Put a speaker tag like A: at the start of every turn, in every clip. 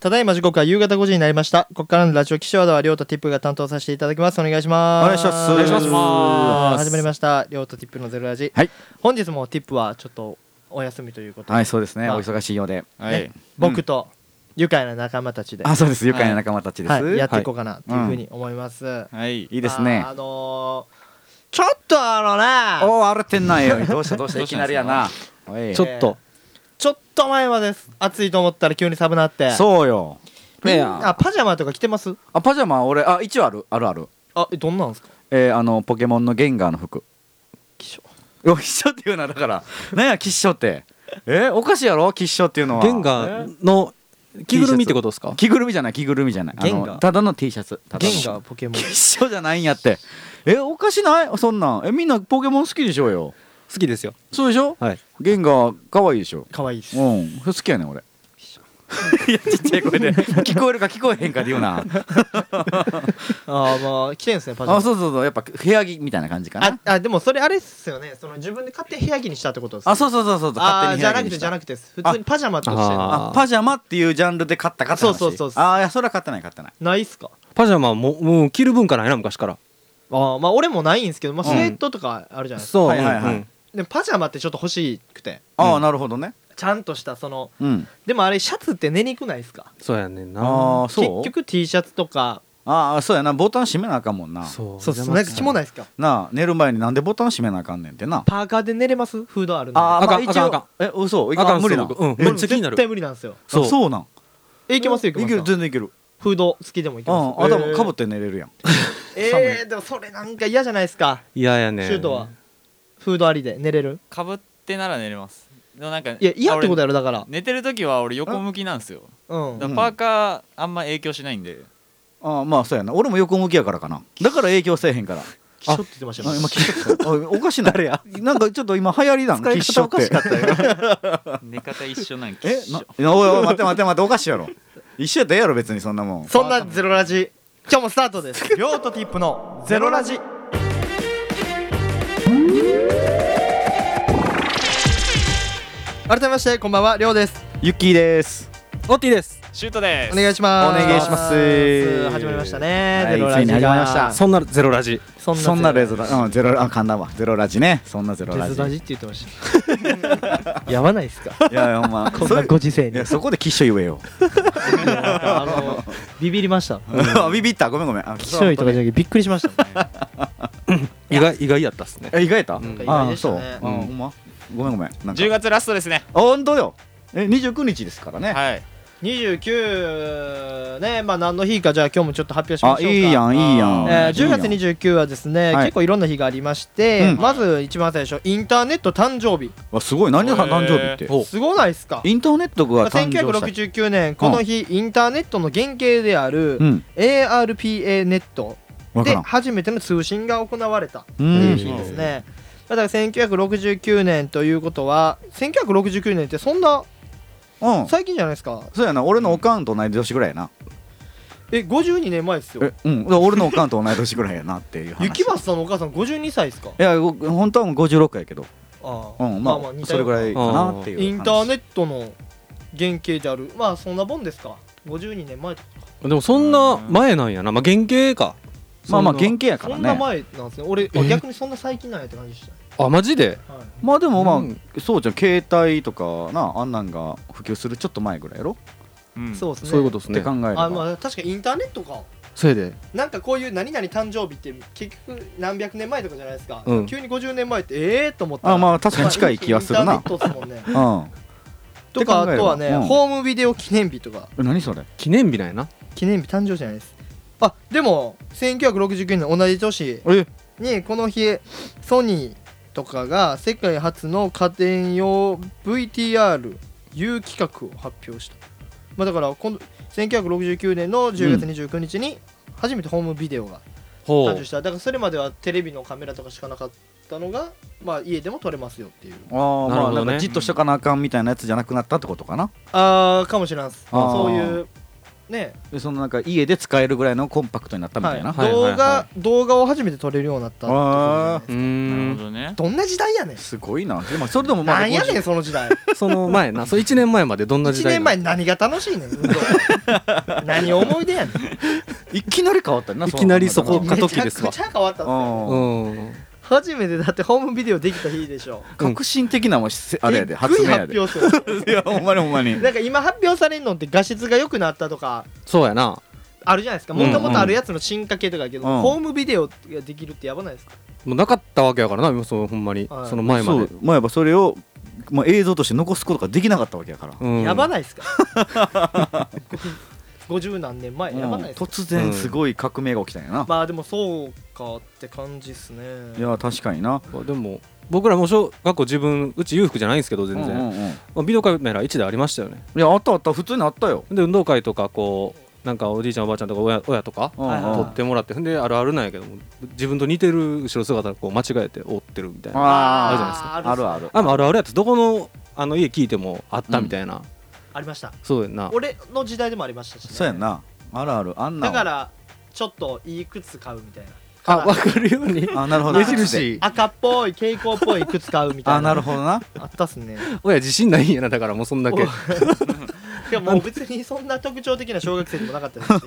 A: ただいま時刻は夕方5時になりました。ここからのラジオ岸和田は、りょうとティップが担当させていただきます。お願いします。
B: お願いします
C: お願いします
A: 始まりました。りょうとティップのゼロラジ。
B: はい
A: 本日もティップはちょっとお休みということで、
B: はい、そうですね。
A: まあ
B: お忙しいようで。
C: は
A: ね僕と愉快な仲間たちで、
B: あ、そうです。愉快な仲間たちです。
A: はい、やっていこう
B: は
A: かなというふうに思います。
C: はい。
B: いいですね
A: まあ。あのーちょっとあのね、
B: おお、荒れてんなよ。どうしたどうした。いきなりやな。おい
A: ちょっと、ちょっと前まです。暑いと思ったら急に寒なって。
B: そうよ。
A: みん
B: ねえ
A: あ、パジャマとか着てます
B: あ、パジャマ、俺、あ、一応ある、あるある。
A: あ、えどんなんですか
B: えー、あの、ポケモンのゲンガーの服。
A: 気象
B: お、吉祥っていうな、だから。なんや、吉祥って。えー、おかしいやろ、吉祥っていうのは。
D: ゲンガーの着ぐるみってことですか
B: 着ぐるみじゃない、着ぐるみじゃない。あ
D: ゲンガ
B: の
D: ー
B: ただの T シャツ。ただ
A: ゲ
B: の
A: ンガーポケモン
B: 吉祥じゃないんやって。え、おかしないそんなん。え、みんなポケモン好きでしょうよ。
D: 好きですよ
B: そうでしょ
D: はい
B: ゲンガー、可愛いでしょ。
A: 可愛いです、
B: うん、好きやねん俺。 いやちっちゃい声で聞こえるか聞こえへんかで言うな
A: あーまあ着てんすねパジャマ
B: あそうそうそうやっぱ部屋着みたいな感じかな
A: ああでもそれあれっすよねその自分で勝手に部屋着にしたってことです
B: あそうそうそうそう
A: あー
B: 勝手
A: じ
B: に部
A: ゃ
B: 屋
A: な
B: 着
A: く
B: に
A: て
B: し
A: じゃ
B: た
A: なくてです普通にパジャマとしてんの
D: あ
B: あパジャマっていうジャンルで買ったかって
A: そ
B: 話
A: うそうそうそう
B: あーいやそれは買ってない買ってない
A: ないっすか
D: パジャマももう着る文化ないな昔から
A: あーまあ俺もないんですけど、まあ、
B: う
A: スウ
B: ん
A: ェットとかあるじゃないですか、
D: そう
B: はいはいはい
D: うん
A: でもパジャマってちょっと欲しくて
B: ああなるほどね
A: ちゃんとしたその
B: うん
A: でもあれシャツって寝にくないですか
D: そうやねんな
B: ああそう
A: 結局 T シャツとか
B: ああそうやなボタン閉めなあかんもんな
D: そう
A: そうそうなんか着もないですか
B: なあ寝る前になんでボタン閉めなあかんねんってな
A: パーカーで寝れますフードあるんで
B: あー
D: あかん
B: ま
D: あかんあかん
B: 一応え嘘い
D: あか
B: か
D: ん
B: ん無理な
D: そう僕うん
B: え
D: めっちゃ気にな
A: 絶
D: る
A: 対無理なんですよ
B: あそう
D: そう
B: なん
A: えいけますよい
B: いけ
A: け
B: る
A: ます
B: 全然いける
A: フード付きでもいけ
B: う
A: ます
B: んあでもかぶ
A: っ
B: って寝れるやん
A: えー、でもそれなんか嫌じゃないですか
D: 嫌やね
A: シュートはフードありで寝れる
C: かぶってなら寝れます。でもなんか、
A: いや嫌ってことやろだから
C: 俺寝てる時は俺横向きなんですよ。
A: うん
C: だからパーカーあんま影響しないんで。
B: ああまあそうやな俺も横向きやからかなだから影響せえへ んから
A: 気象って言ってました
B: あ
A: よ
B: 今キッショッおかしいな誰やなんかちょっと今流行りだんキッショって
C: ったよ。寝方一緒なんき
B: えななおいおい待って待って待っておかしいやろ一緒やったらええやろ別にそんなもん
A: そんなゼロラジ今日もスタートです りょうとティップのゼロラジ改めましてこんばんはりょうです
B: ユッキーです
D: オッティです
C: シュートで
A: お
C: す。
A: 願いします
B: お願いします
A: 始まりましたね、
B: はい
A: ゼロラジ
B: ついに始まりました
D: そんなゼロラジ
A: そんな
B: そんなレゾラうんゼロラあかんだわゼロラジねそんなゼロラ
A: レ
B: ジ
A: ズラジって言ってました やばないです か
B: いやいやほん ま
A: こん
B: そう
A: な
B: いう
A: ご時世
B: い
A: に
B: やそこでキッショ言えよ
A: なんかあのビビりました
B: あビビったごめんごめんあ
A: 気象医とかじゃなくてびっくりしましたね
D: 意外意外やったっすね
B: え意外やった
D: ん
A: 意外
B: あ
A: でした
B: そうう
A: ね
B: んほんまごめんごめんなんか
C: 10月ラストですね。
B: あ本当よえ29日ですからね
C: はい。
A: 29ねまあ何の日かじゃあ今日もちょっと発表しま
B: あ
A: しょうか
B: いいやんいいやん
A: えー10月
B: いいやん
A: 29はですね、
B: はい
A: 結構いろんな日がありまして、
B: うん
A: まず一番最初インターネット誕生日
B: わすごい何だ誕生日って
D: お
A: すごないですか
B: インターネットが誕生した日
A: 1969年この日、インターネットの原型である、
B: うん、
A: ARPA ネット
B: わか
A: で
B: らん。
A: 初めての通信が行われた
B: う
A: という日
B: ん、
A: ですね、だから1969年ということは1969年ってそんな
B: うん、
A: 最近じゃないですか
B: そうやな、俺のおかんと同い年ぐらいやな。
A: え52年前ですよ
B: え、うん、俺のおかんと同い年ぐらいやなっていう話。
A: 雪
B: い
A: 橋さんのお母さん52歳ですか
B: や、ご本当はもう56やけど、
A: ああ
B: うん、まあ、それぐらいかなっていう話。
A: インターネットの原型であるまあそんなもんですか52年前
D: でもそんな前なんやなまあ原型か
B: まあまあ、
D: そんな
B: 原型やか
A: そ
B: ら
A: んな
B: ね。
A: 前なんですね俺
D: え
A: 逆にそんな最近なんやって感じでし
D: あマジで
A: た、はい
B: まあでもまあ、
D: うん
B: そうじゃん携帯とかなあんなんが普及するちょっと前ぐらいやろ、
C: うん
A: そうですね
D: そういうことっす
B: って
D: ね
B: 考えれば
A: あまあ確かにインターネットか
D: それで
A: なんかこういう何々誕生日って結局何百年前とかじゃないですか、
D: うん
A: 急に50年前ってええー、と思ったら
B: あまあ確かに近い気がする
A: イン
B: な
A: ターネットっすもんね
B: う
A: と
B: ん
A: か
B: って考えれば
A: あとはね、
B: うん
A: ホームビデオ記念日とか
B: え何それ
D: 記念日なんやな
A: 記念日誕生日じゃないですあでも1969年同じ年
B: え
A: にこの日ソニーとかが世界初の家電用 VTR 有企画を発表した、まあ、だから今度1969年の10月29日に初めてホームビデオが
D: ほ
A: 誕
D: う
A: 生しただからそれまではテレビのカメラとかしかなかったのが、まあ、家でも撮れますよっていう
B: あー
D: なる
B: まあ
D: ほ
B: な
D: どね
B: んかじっとしとかなあかんみたいなやつじゃなくなったってことかな、
A: あーかもしれないです
B: あー
A: そういうね、
B: でそのなんか家で使えるぐらいのコンパクトになったみたいな、
A: はい
D: はいはい
A: 動
D: は
A: 画動画を初めて撮れるようになったってこと
D: う
A: で
C: なる
D: ん
C: ほどね
A: どんな時代やねん
B: すごいなでもそれでもまあ
A: なんやね
B: 50
A: んその時代
D: その前なそう1年前までどんな時
A: 1
D: 代
A: 年
D: な
A: 前何が楽し いねん運動何思い出やねん
B: いきなり変わったよない
D: きなりそこ
B: う考
D: 過渡期ですわ
A: めちゃくちゃ変わったんですよ
B: うん
D: うん
A: 初めてだってホームビデオできた日でしょ
B: えたら革新的なもんしあれや
A: び
B: で
A: っく
B: 発
A: り
B: 明や
A: 発
B: で
A: 表する
B: いやほんまにほんまに
A: なんか今発表されるのって画質が良くなったとか
D: そうやな
A: あるじゃないですかもともとあるやつの進化系とかやけど、
B: うん
A: ホームビデオができるってやばないですか
D: もうなかったわけやからな今そうほんまに
A: はい
D: その前ま
B: そ
D: で
B: うまあやっぱそれを、まあ、映像として残すことができなかったわけやから、
D: うん
A: やばないですか 50何年前やばないですか、
B: 突然すごい革命が起きたんやな、
A: まあでもそうかって感じっすね
B: いや確かにな
D: まあでも僕らも小学校自分うち裕福じゃないんですけど全然、
B: うんうんうんい
D: まあ、ビデオカメラ1でありましたよね
B: やあったあった普通にあったよ、
D: で運動会とかこうなんかおじいちゃんおばあちゃんとか親親とか
B: うんうん
A: はいはい
D: 撮ってもらってであるあるなんやけども自分と似てる後ろ姿こう間違えて追ってるみたいな
B: あー
D: あるじゃないです
A: か
B: あるある
D: あもうあるあるやつどこのあの家聞いてもあったみたいな、
A: ありました
D: そうやんな
A: 俺の時代でもありましたし、ね、
B: そうやんなあるあるあんな
A: だ
B: ん
A: からちょっといい靴買うみたいな
D: あわかるように
B: あなるほど
D: 目印
A: 赤っぽい蛍光っぽい靴買うみたいな
B: あなるほど な
A: あったっすね
D: 親自信ないんやなだからもうそんだけ
A: いやもう別にそんな特徴的な小学生でもなかったですし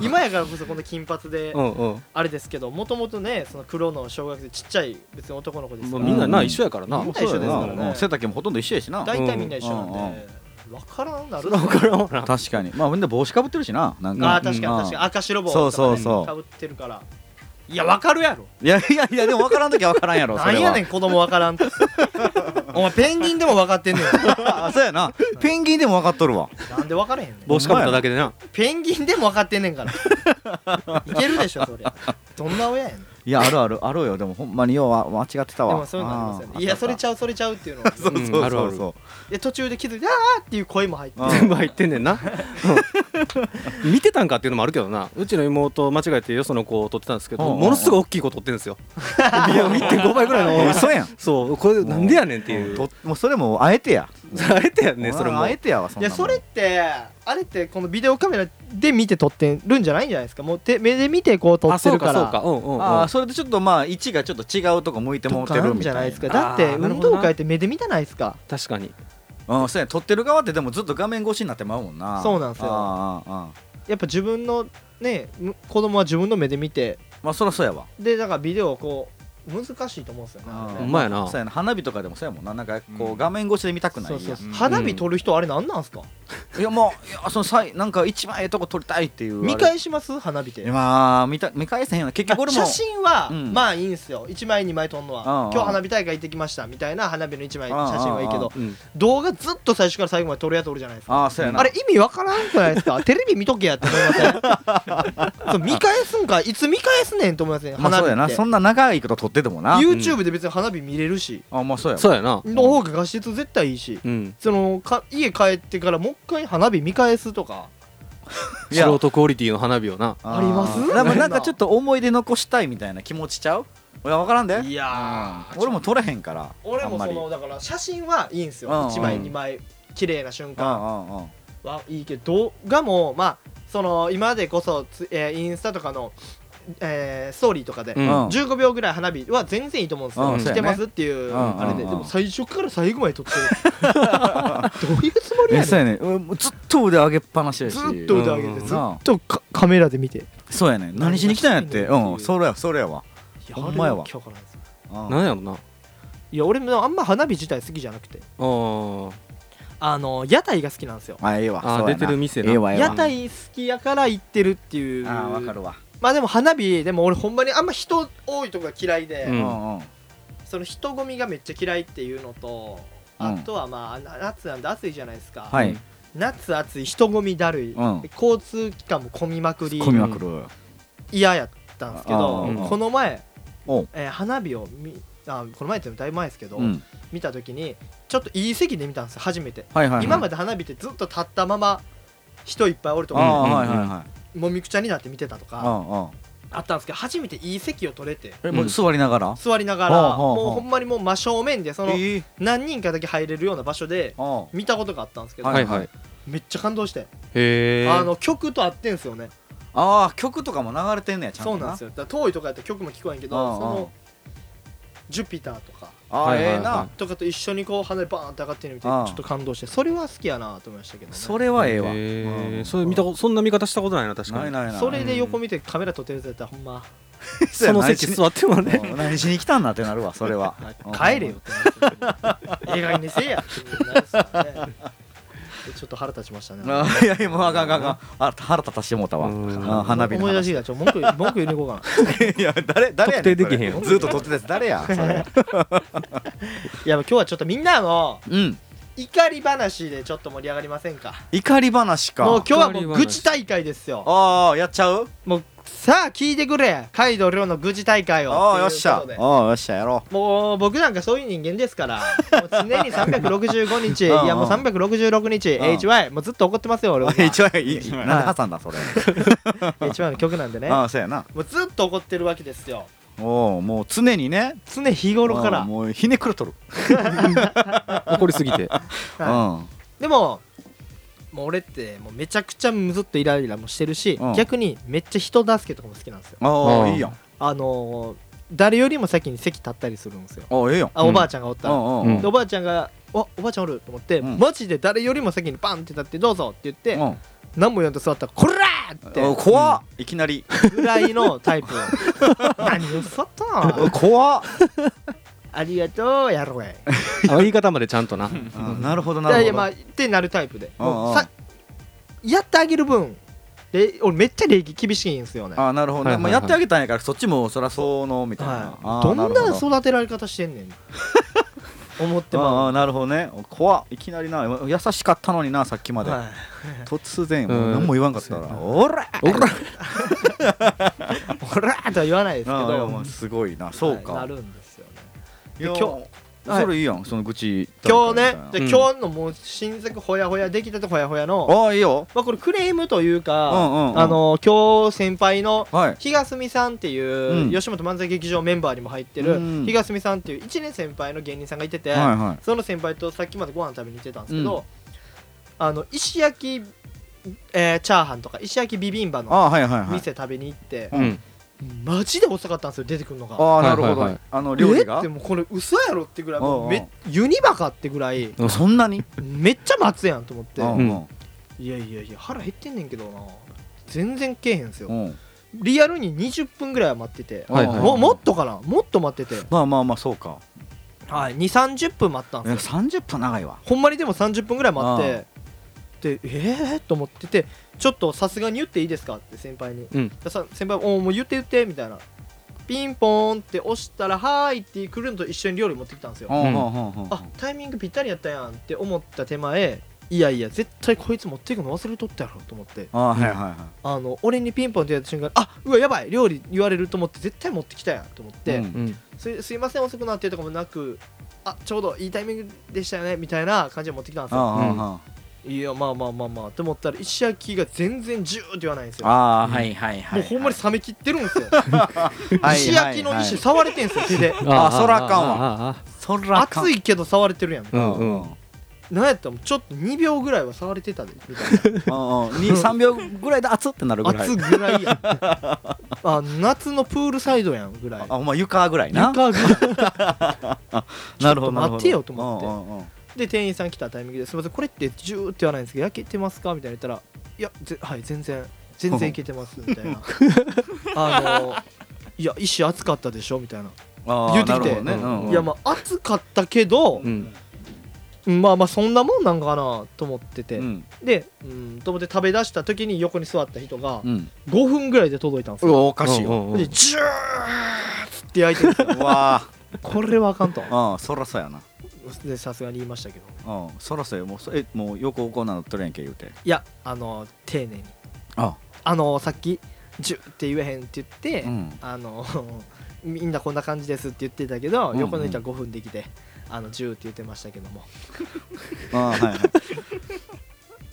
A: 今やからこそこの金髪で
D: うんうん
A: あれですけどもともとねその黒の小学生ちっちゃい別に男の子です
D: も
A: か
D: う
A: ら
D: みんなな、
B: うん
D: 一緒やからな
A: みんな一緒ですからね
B: うん背丈もほとんど一緒やしな
A: 大体みんな一緒なんで、
B: うんうん
A: 分からんな
D: そ
A: る
D: れは分からんわな
B: 確かにまあみんな帽子かぶってるしななん
A: あ
B: か
A: ー確かに確かに赤白帽
B: そ
A: と
B: うそ
A: か
B: うそう
A: かぶってるからいや分かるやろ
B: にいやいやいやでも分からん時は分からんやろそ
A: な
B: れは
A: んやねん子供分からん ってお前ペンギンでも分かってんねん
B: あそうやなペンギンでも分かっとるわ
A: なんで分からへんねん
D: 帽子かぶっただけでな
A: ペンギンでも分かってんねん からいけるでしょそりゃどんな親やねんで
B: いやあるあるあるよでもほんまにようは間違ってたわ
A: もそういうのありますよ
B: あ
A: ねい
B: ー
A: やそれちゃうそれちゃうっていうのは
B: そうそう
D: うん
B: そ
D: あ
B: う
D: るあ
B: そ
D: る
B: うそう
A: で途中で気づいてあーっていう声も入って
B: うん
D: 全部入ってんねんなうん見てたんかっていうのもあるけどなうちの妹間違えてよその子を撮ってたんですけど
B: うんうん
D: ものすごい大きい子撮ってるんですよいや1.5倍ぐらいの
B: 嘘やん
D: そうこれなんでやねんっていう
B: ともうそれもあえてや
D: あれてやんねそれも
B: あえてやわそ
A: い
B: ん
A: や
B: なもん
A: それってあれってこのビデオカメラで見て撮ってるんじゃないんじゃないですかもう手目で見てこう撮
D: あ
A: って
D: そう
A: るか
D: からそうかうんうんうん
B: ああそれでちょっとまあ位置がちょっと違うとこ向いても
A: とか
B: うてる
A: あるん
B: み
A: じ
B: た
A: ゃ
B: い
A: な
B: ない
A: ですか
D: みたいな
A: だって
D: あーなる
A: 運
D: ほどな
A: 動会って目で見たないですか
D: 確かに
B: うんそうや撮ってる側ってでもずっと画面越しになってまうもんな
A: そうなんですよ
B: あーあーあー
A: やっぱ自分のねむ子供は自分の目で見て
B: まあそりゃそうやわ
A: でだからビデオをこう難しいと思うんですよねあ
D: ほ
A: れ
D: ん
A: ね
D: まやな
B: そうやな花火とかでもそうやもんななんかこ
C: う
B: うん画面越しで見たくない
A: そう
B: やん
A: そうそう
C: うん
A: 花火撮る人あれなんなんすか
B: いやもういやそのさいなんか一番ええとこ撮りたいっていうあれ
A: 見返します花火って
B: まあ見た見返せへんよな結局俺も
A: 写真は、
B: うん
A: まあいいんすよ1枚2枚撮るのは
B: うんうん
A: 今日花火大会行ってきましたみたいな花火の1枚
B: うんうんうん
A: 写真はいいけど
D: うん
A: 動画ずっと最初から最後まで撮るやつおるじゃないですか
B: ああそうやな
A: あれ意味わからんくないです かテレビ見とけやって思いませんそう見返すんかいつ見返すねんと思いません
B: まあ
A: 花火
B: そうや
A: っ
B: な
A: て、
B: そんな長いこと撮っててもな
A: YouTube で別に花火見れるし
B: あまあそうやわ
D: そうやな
A: の方が画質絶対いいし
D: うん
A: そのか家帰ってからもう一回花火見返すとか
B: いや
D: 素人クオリティの花火をな
B: あー
A: あります
B: でもなんかちょっと思い出残したいみたいな気持ちちゃういや分からんで
A: いやー
B: うん俺も撮れへんから
A: 俺
B: あん
A: も
B: ま
A: そ
B: り
A: のだから写真はいいんすよ
B: うんうん
A: 1枚2枚綺麗な瞬
B: う
A: 間
B: んうんうん
A: はいいけど動画もまあその今までこそつ、えーインスタとかの、えーストーリーとかで、
B: うん
A: 15秒ぐらい花火は全然いいと思うんですよ、
B: うん
A: 来てますっていう、
B: うん
A: あれで、
B: うん
A: でも最初から最後まで撮ってる どういうつもりや
B: え
A: ね
B: そうやねうんもうずっと腕上げっぱなしや
A: ん
B: し
A: ずっと腕上げて
D: うん
A: ずっとかカメラで見てい
B: そうやね何しに来たんやっ
A: 何
B: て
A: がしたいの
B: うんそれやそれやわ
A: や
B: ほんまやわ
A: あれは今日からなんですよ
B: うん
D: なんやろない
A: や俺もあんま花火自体好きじゃなくて
D: あー
A: あの屋台が好きなんですよ
B: あええわ
D: あー
B: そうやな
D: 出てる店な
B: ええわええわ
A: 屋台好きやから行ってるっていう
B: あーわかるわ
A: まあでも花火でも俺ほんまにあんま人多いとこが嫌いで、
D: う
B: うんんうん
A: その人混みがめっちゃ嫌いっていうのと、
B: うん
A: あとはまあな夏なんで暑いじゃないですか、
B: はいう
A: 夏暑い人混みだるい、
B: うん
A: で交通機関も混みまくり
B: 込みまくる
A: 嫌やったんですけど、
D: あー
A: この前、
B: おう
A: えー花火を見あこの前っていうのだいぶ前ですけど、
B: うん
A: 見た時にちょっといい席で見たんですよ初めて、
B: はいはいはい
A: 今まで花火ってずっと立ったまま人いっぱいおると
B: ああ
A: か
D: うん
B: はいはいはい
A: もみくちゃになって見てたと
B: う
A: か
B: んうん
A: あったんですけど初めていい席を取れて
B: え
D: ん
B: もう座りながら
A: 座りながら
B: はあはあはあ
A: もうほんまにもう真正面でその
B: ええ
A: 何人かだけ入れるような場所で
B: あ
A: 見たことがあったんですけど、
D: はいはい
A: めっちゃ感動して
D: へ
A: あ
D: え
A: の曲と合ってんすよね
B: ああ曲とかも流れてんねやちゃんと
A: そうなんですよだから遠いとかやったら曲も聞こえんけど
B: うんうん
A: そのジュピターとか
B: ああ
D: はいはい
B: え
D: はい
B: えな
A: とかと一緒にこう花でバーンって上がってるの見てち
B: う
A: ょ
B: ん
A: っと感動してそれは好きやなと思いましたけどね
B: それはええわうん
D: それ見たことそんな見方したことないな確かに
B: ないないない
A: それで横見てカメラ撮ってるやつやったらほんま
D: その席座ってもね
B: うん何しに来たんだってなるわそれは
A: 帰れよってなりますよね映画にねせえやってなりますからねちょっと腹立ちましたね
B: あーいやいやもうあかんあかんあかんあ腹立たしてもうたわ
D: うん
B: あー花火の
A: 思い出し
B: 話
A: てきたちょっと文句文句言いに行こうかな
B: いや誰誰やね
D: 特定できへん
B: そ
D: よ
B: れずっと撮ってたやつ誰やそ れ
A: いや今日はちょっとみんなの
B: うん
A: 怒り話でちょっと盛り上がりませんか
B: 怒り話
A: もう
B: か
A: 今日はもう愚痴大会ですよ
B: ああやっちゃう
A: もうさあ聞いてくれカイドウリョウの愚痴大会を
B: ああよっし
A: という
B: ゃ
A: ことで
B: ああよっしゃやろ
A: もう僕なんかそういう人間です からもう常に365日い
B: うんうん
A: やもう366日
B: うん
A: HY もうずっと怒ってますよ
B: う
A: 俺は
B: HY いいなんで挟んだそれ
A: HY の曲なんでね
B: ああそうやな
A: もうずっと怒ってるわけですよ
B: おおもう常にね
A: 常日頃か
B: ああ
A: ら
B: もうひねくれとる
D: 怒りすぎて
B: う
A: は
B: ん
A: でももう俺ってもうめちゃくちゃむずっとイライラもしてるし、
B: うん
A: 逆にめっちゃ人助けとかも好きなんですよ
B: ああいいやん
A: あのー誰よりも先に席立ったりするんですよ
B: ああええやん
A: あ
D: うん
A: おばあちゃんがおった
B: う
A: ら、
B: んうんうん
A: でおばあちゃんが「おおばあちゃんおる」と思って、
B: うん
A: マジで誰よりも先にバンって立って「どうぞ」って言って、
B: うん
A: 何も言わんと座ったら「こら!」って
B: お怖っいきなり
A: ぐらいのタイプ 何を座った
B: お
A: ん
B: 怖っ
A: ありがとうやろえ
D: あ言い方までちゃんとな
B: うんなるほど
A: い
B: な
A: やい
B: る
A: や
B: ほ
A: まあ
B: ど
A: ってなるタイプで
B: うんうん
A: もうさやってあげる分で俺めっちゃ礼儀厳しいんですよね
B: ああなるほど
D: は
B: ね
D: いはい
B: ま
D: は
B: あ
D: い
B: やってあげたんやからそっちもそらそうのみたいなあ
A: は
B: あ
A: い、どん
B: るほ
A: な育てられ方してんねん思って
B: あ
A: ま
B: あなるほどね怖っいきなりな優しかったのになさっきま
A: う、
B: で、
A: は
B: 突然
D: うん
B: もう何も言わんかったら「おら!」
D: おら
A: い、ほらーとは言わないですけ
B: ああいや
A: ど
B: まあすごいなそうか、、
A: はいないるんですよね
B: や
A: で今はい
B: それいいやんその愚痴
A: 今日ね
B: みたいな
A: じゃあ今日のもう新作ほやほやできたてほやほやの、
B: ああいいよ
A: まあ、これクレームというか、
B: うんうんうん
A: あの今日先輩の
B: はい
A: 日がすみさんっていう、
B: うん
A: 吉本漫才劇場メンバーにも入ってる、
B: うん
A: 日がすみさんっていう1年先輩の芸人さんがいてて、
B: はいはい
A: その先輩とさっきまでご飯食べに行ってたんですけど、
B: う
A: あの石焼き、えーチャーハンとか石焼きビビンバの
B: ああはいはいはい
A: 店食べに行って、
D: うん
A: マジで遅かったんですよ出てくるのが
B: ああなるほど、
D: はいはいはい
B: あの料理が
A: えってもうこれ嘘やろってぐらい
B: うんうん
A: もうめユニバかってぐらい
D: うん
B: そんなに
A: めっちゃ待つやんと思って
B: うんうん
A: いやいやいや腹減ってんねんけどな全然けえへんす
B: う
A: よ
B: ん
A: リアルに20分ぐらいは待ってて
D: はいはい
A: ももっとかなもっと待ってて
B: まあまあまあそうか
A: はい2三3 0分待ったん
B: いや
A: ですよ
B: 30分長いわ
A: ほんまにでも30分ぐらい待ってでえーと思っててちょっとさすがに言っていいですかって先輩に
D: うん
A: でさ先輩おーもう言って言ってみたいなピンポーンって押したら「はーい」って来るのと一緒に料理持ってきたんですよ
B: うんうんうんうん
A: あタイミングぴったりやったやんって思った手前いやいや絶対こいつ持っていくの忘れとったやろと思って
B: ああはいはいは
A: あの俺にピンポンってやった瞬間あうわやばい料理言われると思って絶対持ってきたやんと思っ
B: い
A: て、
B: うん
D: うん
A: すすいません遅くなってとかもなくあちょうどいいタイミングでしたよねみたいな感じで持ってきたんです
B: あ
A: よ
B: あああ
A: いやまあまあまあまあと思ったら石焼きが全然ジューって言わないんですよ
B: ああはいはいはい
A: もうほんまに冷めきってるんですよ、
B: はい
A: 石焼きの石触れてんすよ手 で
B: あそらあかんわ
D: ああ
B: そらあかん
A: 熱いけど触れてるやん、
D: う
A: なん
D: うん
A: やったらもうちょっと2秒ぐらいは触れてたでみたいな
B: 23秒ぐらいで熱ってなるぐらい
A: 暑ぐらいやんあ夏のプールサイドやんぐらい
B: あほんま床ぐらいな
A: 床ぐらい
B: なるほどなるほど
A: 待てよと思って
B: うんうんうん
A: で店員さん来たタイミングですいませんこれってジューって言わないんですけど焼けてますかみたいな言ったらいやぜはい全然全然いけてますみたい なあのいや石熱かったでしょみたいな、
B: ああ
A: 言うてきて
B: なるほどねうんうん
A: いやまあ熱かったけど
D: う、ん
A: まあまあそんなもんなんかなと思ってて、
B: うん
A: でうんと思って食べ出した時に横に座った人が
B: うん
A: 5分ぐらいで届いたんです
B: う
A: よ、
B: わおかしいよ
D: うんうんう
A: で
D: ん
A: ジューッつって焼いてるんですよ
B: うわあ
A: これはあかんと
B: ああそらそうやな
A: でさすがに言いましたけど
B: うんそらそうやもうそえもう横こんなの取れんけ言うて
A: いやあの丁寧に
B: あ
A: あのさっき「ジュ」って言えへんって言って、
B: うん
A: あの みんなこんな感じですって言ってたけど、
B: うんうん
A: 横の人は5分できて「あのジュ」って言ってましたけども
B: あは いは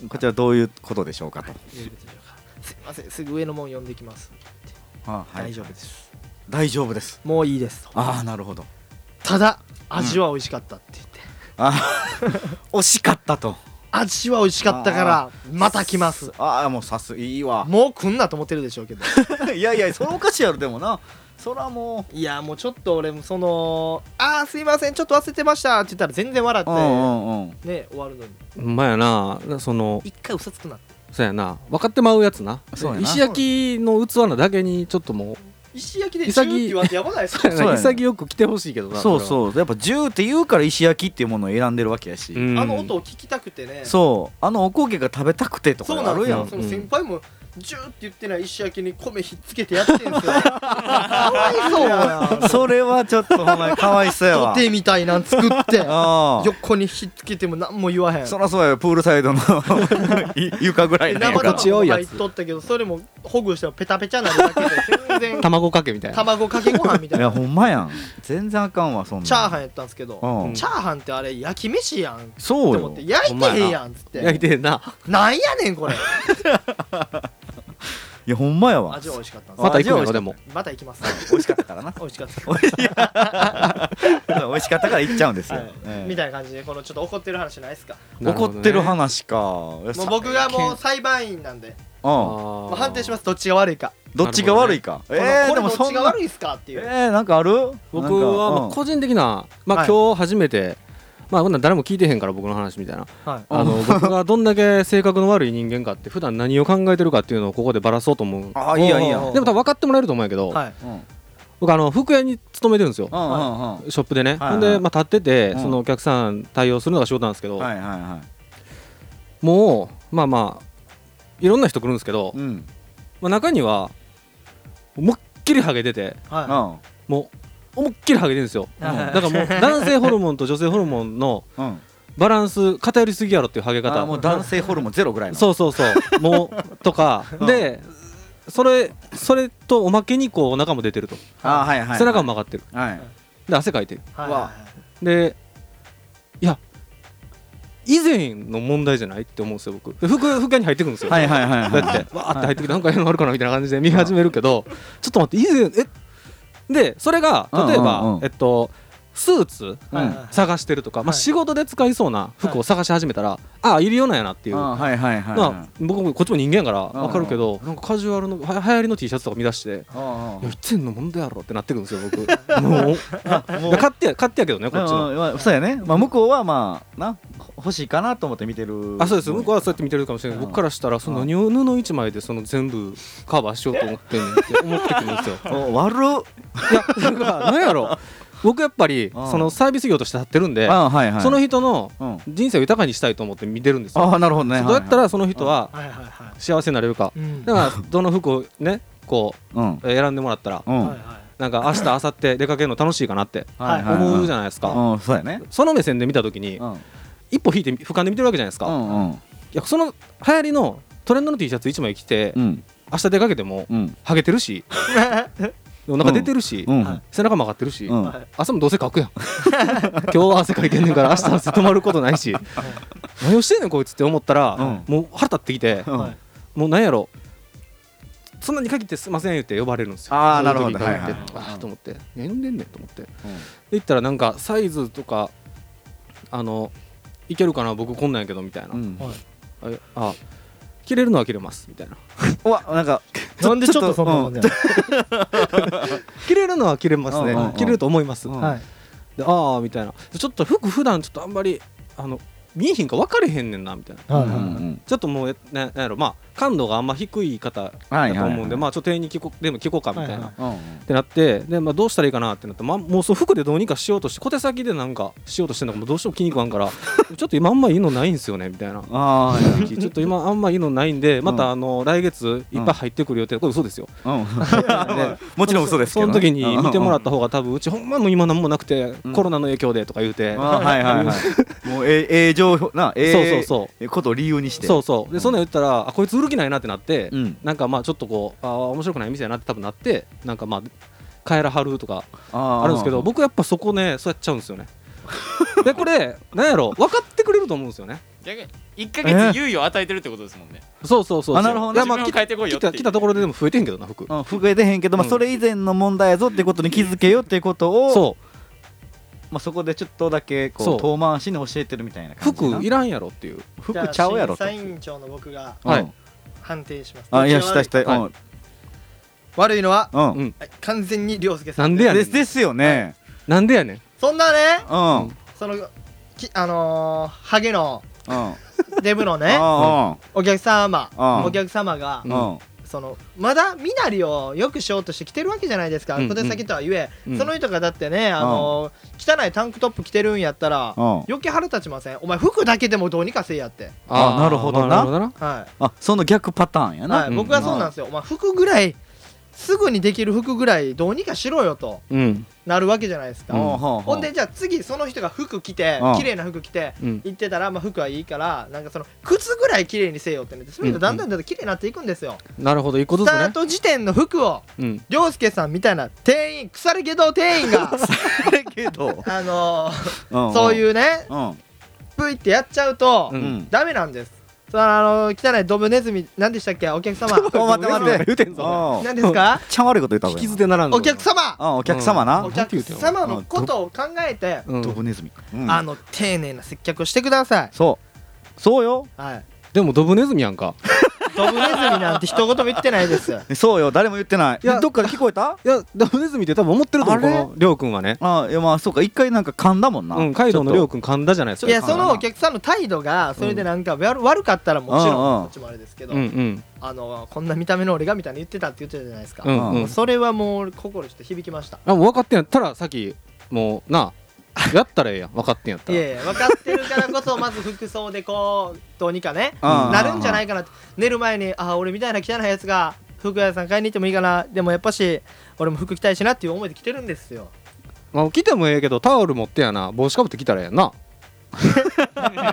B: いこちらどういうことでしょうかと
A: どういうことでしょうかすいませんすぐ上の門呼んできます、
B: あはい
A: 大丈夫です
B: 大丈夫です
A: もういいですと
B: ああなるほど
A: ただ味は美味しかったって言って、
B: ああ惜しかったと
A: 味は美味しかったからまた来ます
B: ああもうさすいいわ
A: もう来んなと思ってるでしょうけど
B: いやいやそのおかしいやろでもなそらも
A: いやもうちょっと俺もその「あーすいませんちょっと忘れてました」って言ったら全然笑っ
B: う
A: て、
B: うんうんうん
A: ね終わるのに
D: ほんまやなその
A: 一回嘘つくな
D: そうやな分かってまうやつな
B: そうやな
D: 石焼きの器なだけにちょっとも
A: 石焼きで
D: 潔い
A: 10って言われてやばないです
D: う
A: か
B: うやな
D: 潔く来てほしいけどな
B: そう
D: う
B: そうやっぱ銃って言うから石焼きっていうものを選んでるわけやし、
A: あの音を聞きたくてね
B: そうあのおこげが食べたくてと
A: そ
B: か
A: うな
B: あ
A: んで
B: る
A: す
B: やん
A: よ
D: ん
A: その先輩もジューって言ってない石焼きに米ひっつけてやってん すよかわいそうやん
B: それはちょっとお前かわいそうや わ
A: 土手みたいなん作って
B: ああ
A: 横にひっつけても何も言わへん
B: そらそうやよプールサイドの い床ぐらい
A: で
B: のや
A: 生
B: んか
D: 口
A: 卵
D: 多いや
A: 入
D: つ
A: っとったけどそれもほぐしてもペタペチャになるだけで全然
D: 卵かけみたいな
A: 卵かけご飯みたい
B: いや
A: な
B: ほんまやん全然あかんわそんなん
A: チャーハン
B: ン
A: やったんですけど
B: うん
A: チャーハンってあれ焼き飯やんって
B: そう
A: 思っ
B: よ
A: て焼いてへんやんっつっ
D: 焼い
A: て
D: てんな
A: なんやねんこれ
B: いやほんまやわ
A: 味は美味しかったんです
D: また行くの
B: 味は美味しかった
D: よでも
A: また行きます
B: 美味しかったから な
A: 美味しかった
B: 美味しかったから行っちゃうんですよ、
A: はい
B: ええ
A: みたいな感じでこのちょっと怒ってる話ないですか
B: 怒ってる
D: な
B: 話かも
A: もう僕がもう裁判員なんで
D: ほ
A: も
B: う
D: どねあ
A: う
D: ー
A: 判定しますどっちが悪いか
B: んどっちが悪いか、
A: この
B: えー、
A: こ
B: で
A: れ
B: も
A: どっ
B: そ
A: ち
B: ん
A: が
B: な
A: 悪いっすかって
B: え
A: いう
B: ー、なんかある
D: 僕はまあ個人的なま
A: は
D: あ
A: い
D: 今日初めてまあこんなん誰も聞いてへんから僕の話みたいな
A: はい
D: あの僕がどんだけ性格の悪い人間かって普段何を考えてるかっていうのをここでばらそうと思う
B: ああいいやんいいやん
A: おー
D: でも多分分かってもらえると思うんやけど、
A: はい
B: うんうん
D: 僕あの服屋に勤めてるんですよ
B: うんうん
D: ショップでね、
B: はい
D: ほんで、まあ、立ってて、
B: うん
D: そのお客さん対応するのが仕事なんですけど、
B: はいはいは
D: もうまあまあいろんな人来るんですけど、
B: いうん
D: まあ、中には思いっきりハゲてて
B: う
A: は
B: ん
D: もう思いっきりハゲてるんですよ
A: い
B: うん
D: だからもう男性ホルモンと女性ホルモンの
B: うん
D: バランス偏りすぎやろっていうハゲ
B: あ
D: 方
B: ーもう男性ホルモンゼロぐらいの
D: そうそうそうもうとか
B: うん
D: でそれそれとおまけにこうお腹も出てると
B: あーはいはいはい
D: 背中も曲がってる
B: はい
D: で汗かいてる
A: はいう
B: わ
D: でいや以前の問題じゃないって思うんですよ僕で服服屋に入ってくるんですよ、
B: はいはいはいはい
D: だってわーって入ってきてなんか変なのあるかなみたいな感じで見始めるけどちょっと待って以前えでそれが例えば、
B: うんうんうん
D: えっとスーツ
A: はい
B: うん
D: 探してるとか、ま
A: は
D: あ、
A: い
D: 仕事で使いそうな服を探し始めたら、ああいるようなんやなっていう、
B: あーはいはいはいはい
D: まあ、僕もこっちも人間やから
B: うん
D: 分かるけど、なんかカジュアルのは流行りの T シャツとか見出して。
B: あ
D: いやいつんの問題やろってなってくるんですよ 僕もう
B: あもう
D: 買ってや買ってやけどねこっちの
B: うんまあそうやね、まあ、向こうはまあなほ欲しいかなと思って見てる
D: あそうです向こうはそうやって見てるかもしれないけど
B: うん
D: 僕からしたらその何を布一枚でその全部カバーしようと思ってんねんって思ってくるんですよ
B: お悪っ
D: いやなんか何やろ僕やっぱり
B: うん
D: そのサービス業として立ってるんで
B: あはいはい
D: その人の
B: うん
D: 人生を豊かにしたいと思って見てるんですよ
B: ああなるほどね
D: どうやった
B: ら
D: らその人は
A: はいはいは
D: 幸せになれるか
A: いうん
D: だからどの服をねこ
B: うん
D: うえー選んでもらったら
B: うん
A: はいは
D: なんか明日明後日出かけるの楽しいかなって
A: はい
D: 思うじ
B: ゃん
D: ゃないですか
B: うんそうやね
D: その目線で見た時に
B: うんうん
D: 一歩引いて俯瞰で見てるわけじゃないです
B: う
D: か
B: ん
D: いやその流行りのトレンドの T シャツ1枚着て
B: うん
D: 明日出かけても
B: うん
D: ハゲてるしお腹出てるし、
B: うん
A: はい
D: 背中曲がってるし、
B: うん
A: はい
D: 朝もどうせかくやん 今日は汗かいてんねんから明日汗止まることないし何をしてんねんこいつって思ったら、
B: うん
D: もう腹立ってきて
B: うん
A: はい
D: もう何やろそんなに限ってすいません言って呼ばれるんですよ
B: あー
D: そういう時に
B: なるほど
D: 限っ
B: はいは
D: て
B: いはい
D: あーと思って何呼んでんねんと思ってで言ったらなんかサイズとかあのいけるかな僕こんなんやけどみたいな、
B: うん
A: はい
D: ああ切れるのは切れますみたいな
B: うわなんか
A: なんでちょっとそんなもん
B: うん
A: ね
D: 切れるのは切れますね、
B: うんうんうん
D: 切れると思います、
B: うん
A: はい
D: でああみたいなでちょっと服普段ちょっとあんまりあの見えひんか分かれへんねんなみたいな
A: は
B: う
A: い
B: んう
A: はい
B: ん
D: ちょっともうやななんやろまあ感度があんま低い方だと
B: はいはい
D: 思うんで、
B: はい
D: まあちょっと店員に聞こでも聞こうかみたいな、
A: はいはい
B: うんうん
D: ってなってで、まあ、どうしたらいいかなってなって、まあ、もうその服でどうにかしようとして小手先でなんかしよう としてんのかもうどうしても気に食わんからちょっと今あんまいいのないんすよね みたいな。
B: あ
D: 正直ちょっと今あんまいいのないんでまたあの来月いっぱい入ってくる予定これ嘘ですよ
B: あうんもちろん嘘ですけ
D: そ
B: どね
D: の時に見てもらった方が多分うちほんまもう今何もなくて
B: うん
D: コロナの影響でとか言うて
B: あはいはいはいもうえええ情報なええ
D: そうそう
B: うことを理由にして
D: そううそうでそんなん言ったらあこいつ売る気ないなってなって
B: うん
D: なんかまあちょっとこうあー面白くない店やなって多分なってなんかまあ帰らはるとか
B: あー
D: あるんですけど僕やっぱそこねそうやっちゃうんですよねでこれなんやろ分かってくれると思うんですよね
C: 逆に1ヶ月猶予を与えてるってことですもんね
D: そうそうそうそう
B: あなるほどね
D: いやまあ
C: 自分を
D: 来
C: 変えてこい
D: 来
C: よってい
D: た
C: う
D: 来たとこ ろででも増えてんけどな服
B: うん、増えてへんけど、まあ、
D: うん
B: それ以前の問題やぞってことに気づけよってことを、
D: そ
B: まあ、そこでちょっとだけ
D: そ
B: こ
D: う
B: う遠回しに教えてるみたいな感じな
D: 服いらんやろっていう
B: 服ちゃうやろ
A: じゃあ審査員長の僕が
D: はい
B: うん
A: 判定します
B: あいやしたしたい
D: はい
B: うん
A: 悪いのは、
B: うん
D: うん
A: はい完全に涼介さ
D: なんんでやね
B: で
D: ん
B: すですよね
D: なんでやねん
A: そんなね
B: うんうん
A: そのきあのー、ハゲの
B: うん
A: デブの
B: う
A: ね
B: ん
A: お客様
B: うん
A: お客様が、
D: うん
B: うん
A: そのまだ身なりをよくしようとして着てるわけじゃないですか、
D: うん
A: 小手先とはゆえ、
D: うん
A: その人がだってね、あのー汚いタンクトップ着てるんやったら、
B: うん
A: 余計腹立ちませんお前服だけでもどうにかせいやって、
B: あなるほどな
D: まあなるほどな
A: は
B: あその逆パターンや
A: い
B: な、
A: はい僕はそうなんですよ、お前服ぐらいすぐにできる服ぐらいどうにかしろよと
D: うん
A: なるわけじゃないです
B: う
A: か、
B: ん
D: うん
B: ほ
A: ほんでじゃあ次その人が服着て
B: うん
A: 綺麗な服着て
D: うん
A: 行ってたら、まあ、服はいいからなんかその靴ぐらい綺麗にせよってねそれでだんだんだんだん綺麗になっていくんですよ、
D: なるほど一個ず
A: ス
D: つ
A: タ
D: ね
A: ート時点の服を
D: うん
A: 涼介さんみたいな店員腐れ下道店員が
B: だけど、
A: あのー
B: うん
A: そういうね
B: うん
A: プイってやっちゃうと、
D: うん
B: うん
A: ダメなんですそのあのー汚いドブネズミ何でしたっけお客様
B: お待って待って
D: 言うてんぞ
B: うんめっ
A: 何ですか
B: ちゃ悪いこと言った
D: 引
B: わ
D: きずでならんぞ
A: お客様
B: あお客様な、
A: お
D: なんて
A: 客
D: 言うてんの
A: 様のことを考えて、
D: うん
B: ドブネズミ、うん
A: あの丁寧な接客をしてください
B: そうそうよ
A: はい
D: でもドブネズミやんか
A: ドブネズミなんて一言も言ってないです
B: そうよ誰も言ってない
D: いや
B: どっかで聞こえた
D: いやドブネズミって多分思ってると思う
B: あ
D: こ
B: れ
D: のりょうくんはね
B: あいやまあそうか一回なんか噛んだもんな、
D: うんカイドウのりょう
B: ち
D: くん噛んだじゃないです
A: い
D: か
A: やそのお客さんの態度がそれでなんか悪悪かったらもちろん
B: うんうん
A: こっちもあれですけど、
D: うんうん
A: あのーこんな見た目の俺がみたいな言ってたって言ってたじゃないですか、
D: うんう
A: も
D: ん
A: うそれはもう心ちょっと響きました
D: あもう分かってんやったらさっきも うなやったらええやん分かってんやった
A: い
D: ら
A: やいや分かってるからこそまず服装でこうどうにかね
B: ああ
A: なるんじゃないいかなって寝る前にああ俺みたいな汚いやつが服屋さん買いに行ってもいいかなでもやっぱし俺も服着たいしなっていう思いで着てるんですよ
D: まあ来てもええけどタオル持ってやな帽子かぶってきたらええやんな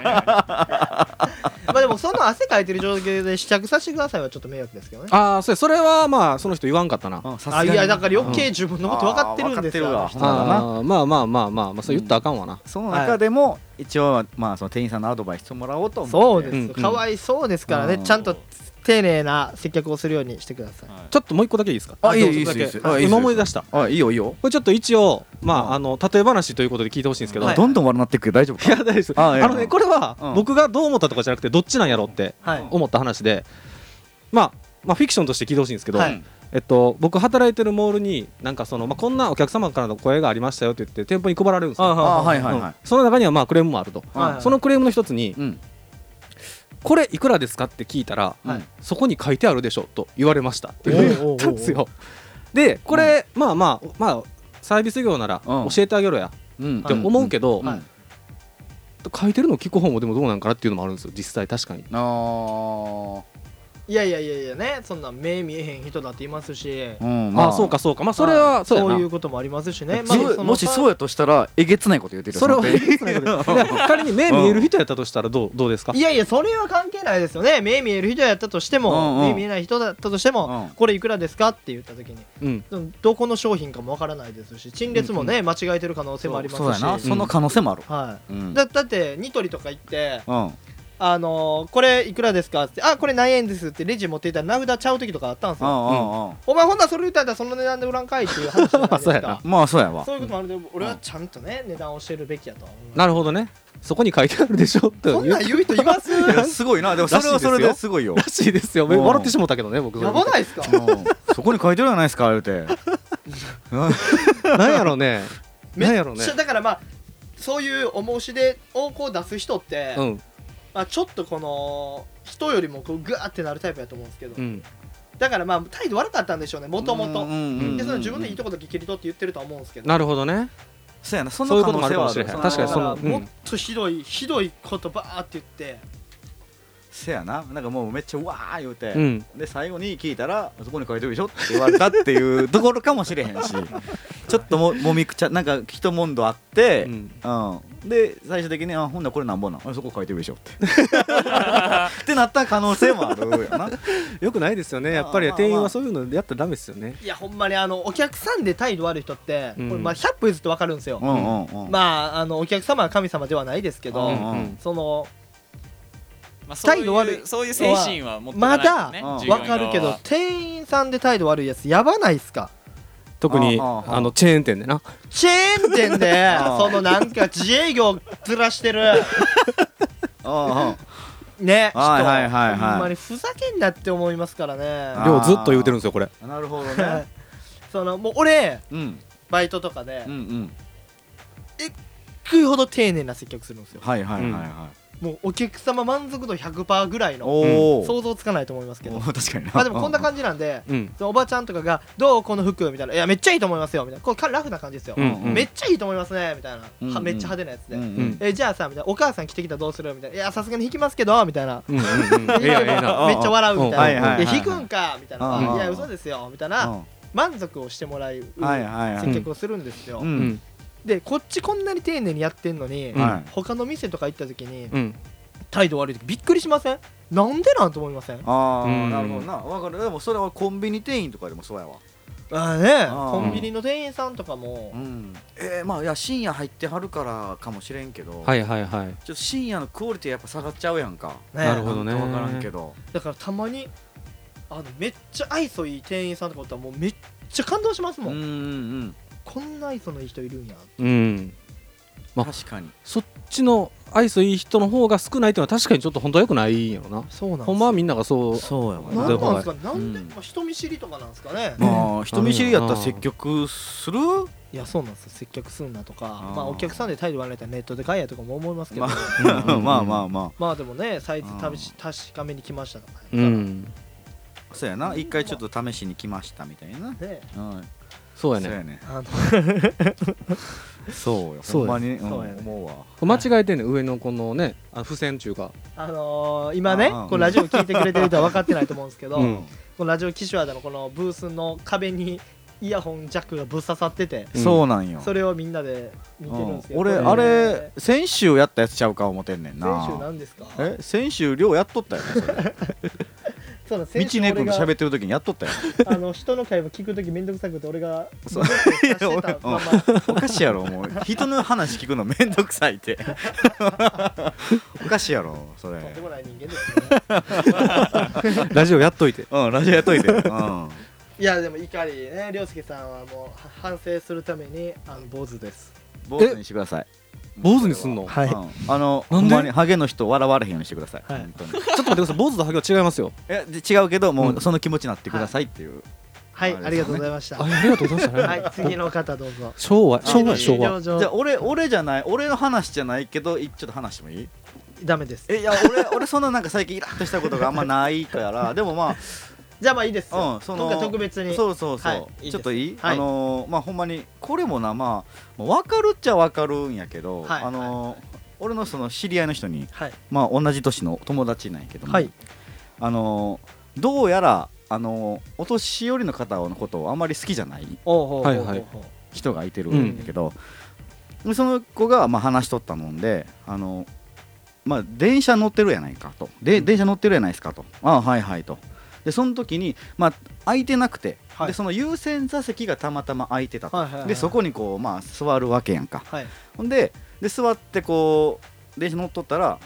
A: まあでもその汗かいてる状況で試着させてくださいはちょっと迷惑ですけどね
D: ああそれそれはまあその人言わんかったなあ
B: あさす
A: あ
B: が
A: い
B: に
A: やだから余計自分のこと分かってるんです
B: うんあ
A: よ
B: あ分かってるわ
A: あの人
B: な
D: ーまあまあまあまあまあそれ言ったらあかんわな
B: その中でも、一応まあその店員さんのアドバイスをもらおうと思っ
A: そ
B: て
A: うです、
D: うんうん
A: かわいそうですからね
B: うん
A: ちゃんと丁寧な接客をするようにしてください
D: ちょっともう一個だけいいですか
B: あいいよ
D: どうぞ
B: いいですよいいですよ
D: だけ
B: あいいですよ
D: 今思い出した
B: あいいよいいよ、
D: これちょっと一応ま
B: う
D: あ
B: ん
D: あの例え話ということで聞いてほしいんですけど、、
A: はい
B: どんどん悪なっていくけど大丈夫
D: や
B: か
D: 大丈夫です
B: あ
D: あ
B: いや
D: のねこれは
B: うん
D: 僕がどう思ったとかじゃなくてどっちなんやろって
A: はい
D: 思った話でまあまあフィクションとして聞いてほしいんですけど、
A: はい
D: えっと、僕働いてるモールになんかその、まあ、こんなお客様からの声がありましたよって言って店舗に配られるんですよ、
B: あはいはい
D: うん
B: はい、
D: その中にはまあクレームもあると、
A: はい
D: そのクレームの一つに
B: うん
D: 「これいくらですか?」って聞いたら、
B: はい
D: そこに書いてあるでしょ」と言われましたってい
A: おう
D: う
A: おうおうおう
D: 言ったんですよでこれ、まあまあまあサービス業なら
B: うん
D: 教えてあげろや
B: うん
D: って思うけど、
B: うん
A: はい
D: 書いてるの聞く方もでもどうなんかなっていうのもあるんですよ実際確かに
B: あー
A: いやいやいやいやねそんな目見えへん人だっていますし、
B: うん
D: ああそうかそうかまあそれはそうや
A: そう
D: な
A: いうこともありますしね、
B: まあそうもしそう
A: や
B: やとしたらえげつないこと言ってるよ
D: それは
B: の店員
D: いや仮に目見える人やったとしたらどうどうですか
A: いやいやそれは関係ないですよね目見える人やったとしても、
B: うんうん
A: 目見えない人だったとしても、
B: うん
A: これいくらですかって言った時に
D: うん
A: どこの商品かもわからないですし陳列もね、間違えてる可能性もありますし
B: そうやな、
D: し
B: その可能性もある、
A: は
B: う
A: い、
B: ん
A: だだってニトリとか行って
B: うん
A: 「あのーこれいくらですか?」って「あこれ何円です」ってレジ持っていったら名札ちゃう時とかあったんですよ
B: あ
A: お前ほんならそれ言ったらその値段で売らんかいっていう話じゃないですか
D: そうやな
B: あまあ そうやわ
A: そういうこともあるんで俺はちゃんとね値段を教えるべきやとは思います
D: なるほどねそこに書いてあるでしょって
A: そんなん言う人います
B: いやすごいなでもそれはそれですごいよ
D: らしいですよ
B: うん
D: 笑ってしもたけどね 僕
A: やばないですか
B: うんそこに書いてるじゃないですか言 うて
D: なんやろう ね
A: め
D: なんやろうね
A: っちゃだからまあそういうお申し出をこう出す人って、
D: うん
A: まあ、ちょっとこの人よりもこうグワーってなるタイプやと思うんですけど、
D: うん
A: だからまあ態度悪かったんでしょうねもともと
D: うん
A: でその自分でいいと
B: こ
A: こだけ切り取って言ってるとは思うんですけど
D: なるほどね
B: そうやなそ
D: そういう
B: の
D: こ
B: 可
D: とも
B: 能
D: ある
B: 性
D: か
B: は
D: も
B: あ
D: しれ
B: る
D: ない確かにその
A: だら
D: うん
A: もっとひどいひどいことばーって言って
B: せやななんかもうめっちゃうわー言うて、
D: うん
B: で最後に聞いたら「そこに書いてるでしょ?」って言われたっていうところかもしれへんしちょっとももみくちゃなんか一問度あって、
D: う
B: うん
D: ん
B: で最終的に「あほんならこれなんぼなんあそこ書いてるでしょ」って ってなった可能性もあるよな
D: よくないですよねやっぱ
B: ま
D: り
B: あまあ
D: 店員はそういうのやったらダメですよね
A: いやほんまにあのお客さんで態度悪い人って、
D: うん
A: これまあ100歩譲ってわかるんですよ、
B: うんうんうん、
A: まああのお客様は神様ではないですけど、
B: うん
D: うん
A: その
C: まあ、そう
A: 態
C: い
A: 度悪
C: う
A: い
C: そういう精神は持っていか
A: ま
C: ないとね
A: だ
B: うん
A: わかるけど店員さんで態度悪いやつやばないっすか
D: 特に
B: あああ
D: あのチェーン店でな
A: チェーン店で
B: あー
A: そのなんか自営業ずらしてる
B: あ
A: ね
B: はいはいはいはい
A: 人ほんまにふざけんなって思いますからね
B: あ
D: 量ずっと言うてるんですよこれ
B: あなるほど ね
A: そのもう俺
B: うん
A: バイトとかで
B: うんうん
A: 食いほど丁寧な接客するんですよ
B: はいはいはいは
A: もうお客様満足度100%ぐらい
B: い
A: の
B: おー
A: 想像つかないと思いますけ
B: お
A: ど
B: ー 確かにな
A: まあでもこんな感じなんで
D: うん
A: そのおばちゃんとかが「どうこの服」みたいな「いやめっちゃいいと思いますよ」みたいなこうかラフな感じですよ、
D: うんうん
A: めっちゃいいと思いますねみたいな、は
B: うんうん
A: めっちゃ派手なやつで、
B: うん
D: うん
A: えじゃあさみたいなお母さん着てきたらどうするみたいな「いやさすがに引きますけど」みたいな
D: うんうんうん ええやんええな
A: めっちゃ笑うみたいな
B: はいはいはい
A: 「
B: はい
A: いや引くんか」みたいな
B: うん
A: 「いや嘘ですよ」みたいな満足をしてもらう
B: うんはいはいはい
A: 接客をするんですよ、
B: う
D: うんん
A: でこっちこんなに丁寧にやってんのに、
D: うん
B: はい
A: 他の店とか行った時に
D: うん
A: 態度悪い時びっくりしませんなんでなんと思いません
B: ああ
D: うん
B: なるほどなわかるでもそれはコンビニ店員とかでもそうやわ
A: あね
B: あー
A: コンビニの店員さんとかも、
B: んえーまあいや深夜入ってはるからかもしれんけど
D: はいはいはい
B: ちょっと深夜のクオリティやっぱ下がっちゃうやんか
A: ね
D: なるほどね
B: なんかわからんけど
A: だからたまにあのめっちゃ愛想いい店員さんとかおったらもうめっちゃ感動します
B: うん
A: も、
B: うんん
A: こんな愛想のいい人いるんや
D: うん
B: う
D: ま
B: ん確かに
D: そっちの愛想いい人の方が少ないっていうのは確かにちょっと本当はよくないんやろな
A: そうなん
D: ほんまはみんながそう
B: そうやわ
A: なんなんですかなんで、
B: うん
A: まあ、人見知りとかなんですかね、
B: まあ人見知りやったら接客する
A: いやそうなんですよ接客すんなとか
B: あー
A: まあお客さんで態度悪いたらネットで買えやとかも思いますけど、
B: ま
A: ま
B: あ
A: あ、
B: まあ
D: うん
B: まあま
A: でもねサイズ
B: あー
A: 試し確かめに来ましたとか、
D: う
A: ね
D: ん
B: あそうやな一回ちょっと試しに来ましたみたいなうん
D: そう
B: そ
D: や
B: う
D: ね
B: やね
A: あの
B: そうや
D: そう
B: ほんま
D: や
B: にうん
A: そうやね
B: 思うわ
D: これ間違えてんねん上のこのねあ付箋中が
A: あのー今ね
B: あー
A: このラジオ聞いてくれてる人は分かってないと思うんですけど、
D: う
B: うんん
A: このラジオキシュアダのこのブースの壁にイヤホンジャックがぶっ刺さってて
D: うん
B: そうなんよ
A: それをみんなで見てるんですけ
B: うん
A: ど、
B: 俺
A: こ
B: あれ先週やったやつちゃうか思てんねんな
A: 先週何ですか
B: え先週量やっとったよねそれ
A: そうだ 先
B: 道
A: 週
B: ね
A: 俺
B: 君と
A: が
B: 喋ってる時にやっとったよ
A: あの人の会話聞くときめんどくさくて俺が
B: そう
A: ブロックさしてたまま
B: おかしいやろもう人の話聞くのめんどくさいって おかしいやろそれ
A: とんでもない人間ですよね
D: ラジオやっといて
B: うんラジオやっといてうん
A: いやでも怒りね涼介さんはもうは反省するためにあの坊主です
B: 坊主にしてください
D: 坊主にすんの
A: は
B: う
A: い
B: んあのほ
D: なん
B: ん
D: で
B: まにハゲの人笑われへんようにしてください
A: はい
B: 本当に
D: ちょっと待ってください坊主とハゲは違いますよ
B: えで違うけども
D: うん
B: うその気持ちになってくださいっていう
A: はい
B: あ
A: あり
B: れで
A: が
B: す
A: とう
B: よね
A: ございました
D: あ
A: は
D: りがとうございました
A: い次の方どうぞ
D: 昭和昭和昭和
A: 診療
B: じゃあ
A: 所
B: 俺俺じゃない俺の話じゃないけどいちょっと話してもいい
A: ダメです
B: えいや俺俺そんななんか最近イラッとしたことがあんまないからでもまあ
A: じゃあまあいいですよ、
B: うんその
A: 今回特別に
B: そうそうそう、
A: はいいいです
B: ちょっといい、
A: はい
B: あのーまあほんまにこれもなまあ分かるっちゃ分かるんやけど、
A: はい
B: あのー俺のその知り合いの人に
A: はい
B: まあ同じ年の友達なんやけども、
A: はい
B: あのーどうやらあのーお年寄りの方のことをあんまり好きじゃない
A: おうおうおうおう
D: はいはい
B: 人がいてるんやけど、でその子がまあ話しとったもんであのまあ電車乗ってるやないかとで電車乗ってるやないですかとああはいはいとでその時にまあ空いてなくて、
A: はい
B: でその優先座席がたまたま空いてたと、
A: はいはいはい
B: でそこにこうまあ座るわけやんか
A: はい
B: ほんでで座ってこう電車乗っとったら、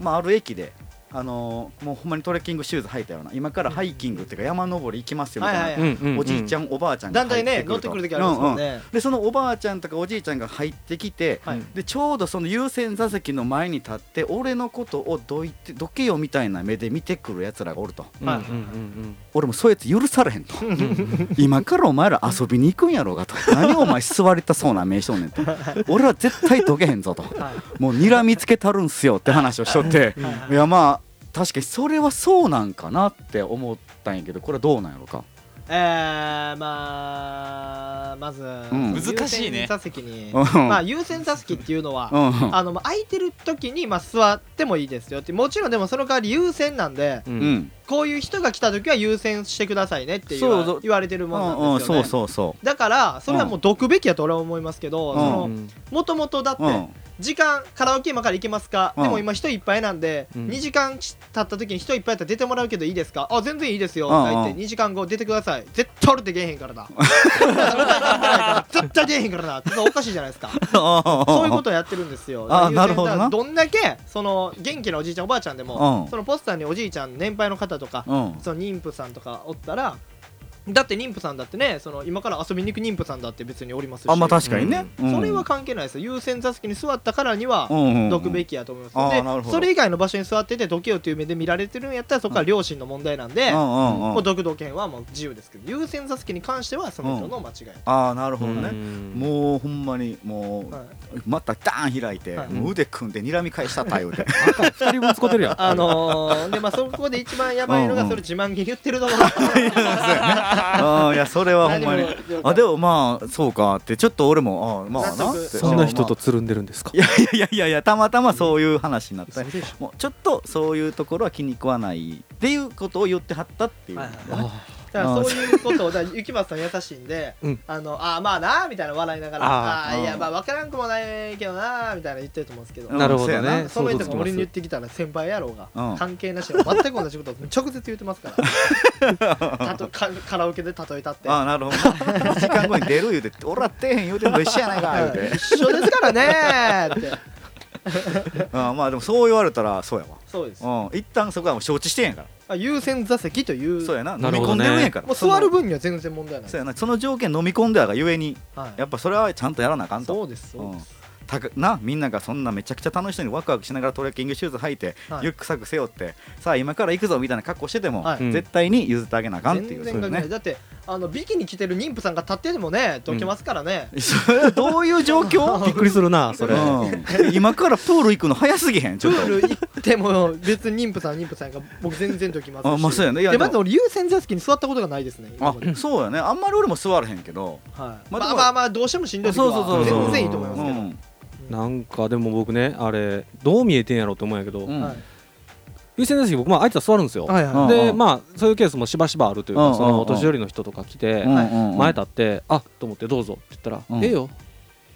B: まあ、ある駅で。あのもうほんまにトレッキングシューズ履いたような今からハイキングっていうか山登り行きますよみたいな、
A: はいはい
D: うんうんうん
B: おじいちゃんおばあちゃんが
A: 団
B: 入
A: 体
B: っ
A: ね
B: てくると
A: 乗ってくる時ありますもんね、
B: でそのおばあちゃんとかおじいちゃんが入ってきて、
A: はい
B: でちょうどその優先座席の前に立って俺のことをどいてどけよみたいな目で見てくるやつらがおると
D: うんうん
B: 俺もそういうやつ許されへん と
D: うんうん
B: 今からお前ら遊びに行くんやろうがと何お前座りたそうな名称ね んと俺ら絶対どけへんぞと
A: はい
B: もう睨みつけたるんすよって話をしとって
A: はい
B: いやまあ確かにそれはそうなんかなって思ったんやけどこれはどうなんやろうか
A: えー、まあまず、
B: ん
C: 難しいね
A: 優先座席に、
B: うん
A: まあ優先座席っていうのは、
B: うんうん
A: あのまあ空いてる時にまあ座ってもいいですよってもちろんでもその代わり優先なんで、
D: うん
B: う
D: うん
B: ん
A: こういう人が来た時は優先してくださいねって言
B: そう
A: わ
B: そう
A: 言われてるもんなんですよね、
B: うんそうそうそ
A: だからそれはもうどくべきやと俺は思いますけど、
B: うん
A: そ
D: うんう
A: の
D: ん
A: もともとだって、
B: ううん
A: 時間カラオケ今から行けますか、
B: うん
A: でも今人いっぱいなんで、
D: うん
A: 2時間経った時に人いっぱいやったら出てもらうけどいいですかあ全然いいですよ、
B: うんうん
A: って言って2時間後出てください絶対俺って出えへんからな 絶対出えへんからなっておかしいじゃないですかそういうことをやってるんですよだから
B: あなるほどな
A: どんだけその元気なおじいちゃんおばあちゃんでも、
B: うん
A: そのポスターにおじいちゃん年配の方とか、
B: うん
A: その妊婦さんとかおったらだって妊婦さんだってねその今から遊びに行く妊婦さんだって別におりますし
B: あまあ確かにね、うん
A: それは関係ないですよ優先座席に座ったからには
B: うんうんうん
A: どくべきやと思います、
B: あー
A: で
B: なるほど
A: それ以外の場所に座っててどけよという目で見られてるんやったらそこは両親の問題なんで、
B: うんうんうん
A: もう独道権はもう自由ですけど優先座席に関してはその人の間違い、
B: ああなるほど
D: う
B: ね、
D: ん
B: もうほんまにもう、
A: はい
B: またダーン開いて、
A: はい
B: もう腕組んで睨み返したったよって
D: 二人分使ってるやん
A: あのー、でまあそこで一番やばいの
B: うん
A: が
B: うん
A: それ自慢げに言ってる ところ
B: あーいやそれはほんまに
A: 何も
B: あでもまあそうかってちょっと俺もあーまあ
A: 納
B: な
A: 得
B: って
D: そんな人とつるんでるんですか
B: いやいやいやいやたまたまそういう話になった
A: 嘘でし
B: もうちょっとそういうところは気に食わないっていうことを言ってはったっていう、
A: はいはい
D: あ
A: だからそういうことをだから雪松さん優しいんで、
D: うん
A: あのあーまあなーみたいな笑いながら
D: あ
A: あ
B: ー
A: ーいうや
B: ん
A: まあ分からんくもないけどなーみたいな言ってると思うんですけど、
B: うん
D: なるほ
B: そうや
D: ど
B: な
D: ね
A: その人が
D: 想像
A: 俺
D: つ
A: に言っ
D: きます
A: てきたら先輩やろうが、
B: うん
A: 関係なしの全く同じことを直接言ってますから たとカカラオケで例えたって
B: ああなるほど1時間後に出る言うて「おらってへん言うてんの一緒やないか」言うて
A: 一緒ですからねーって
B: ああまあでもそう言われたら そうや
A: そうです
B: わ、うん、一旦そこはもう承知してんやか
A: あ優先座席という
B: らそうやな
D: な
B: 飲
D: る
B: み
D: ほ
B: 込
D: ど
B: ん
D: ね
B: でるんやから
A: もう座る
B: 分
A: 分には全然問題ない
B: そうやなその条件飲み込んだがゆえに
A: はい
B: やっぱそれはちゃんとやらなあかんと
A: そうですそうです、
B: たかなみんながそんなめちゃくちゃ楽しそうにワクワクしながらトレッキングシューズ履いて、
A: はい
B: リュックサック背負ってさあ今から行くぞみたいな格好してても、
A: はい
D: うん
B: 絶対に譲ってあげなあかんっていう
A: 全然
B: そう
A: 関係
B: ね
A: ないだってあのビキに着てる妊婦さんが立っててもねどけますからね、
B: それはどういう状 況
D: びっくりするなそれ
B: うん、今からプール行くの早すぎへんち
A: プ
B: ょっと
A: ール行っても別に妊婦さん妊婦さんが僕全然どきますし
B: あまあそうやねいや
A: で
B: でも
A: まず俺優先座席に座ったことがないですね今
B: あ
A: まではい
B: そうやねあんまり俺も座らへんけど、まあ
A: ま
B: で
A: あ
B: も
A: まあまあどうしてもしんどい時
B: そうそう
A: は
D: そう
A: 全然いいと思いうますけど
B: ん、
D: なんかでも僕ねあれどう見えてんやろうと思うんやけど、
B: うん
A: はい
D: 優先座席僕まあ相手は座るんですよ、
A: はい
B: うん
A: は
D: でまあそういうケースもしばしばあるという
B: うんうん
D: か、
B: うん
D: そのお年寄りの人とか来て、
B: うん
A: はい
B: うんうん
D: 前立って「あと思って「どうぞ」って言ったら「
B: うん
D: ええよ」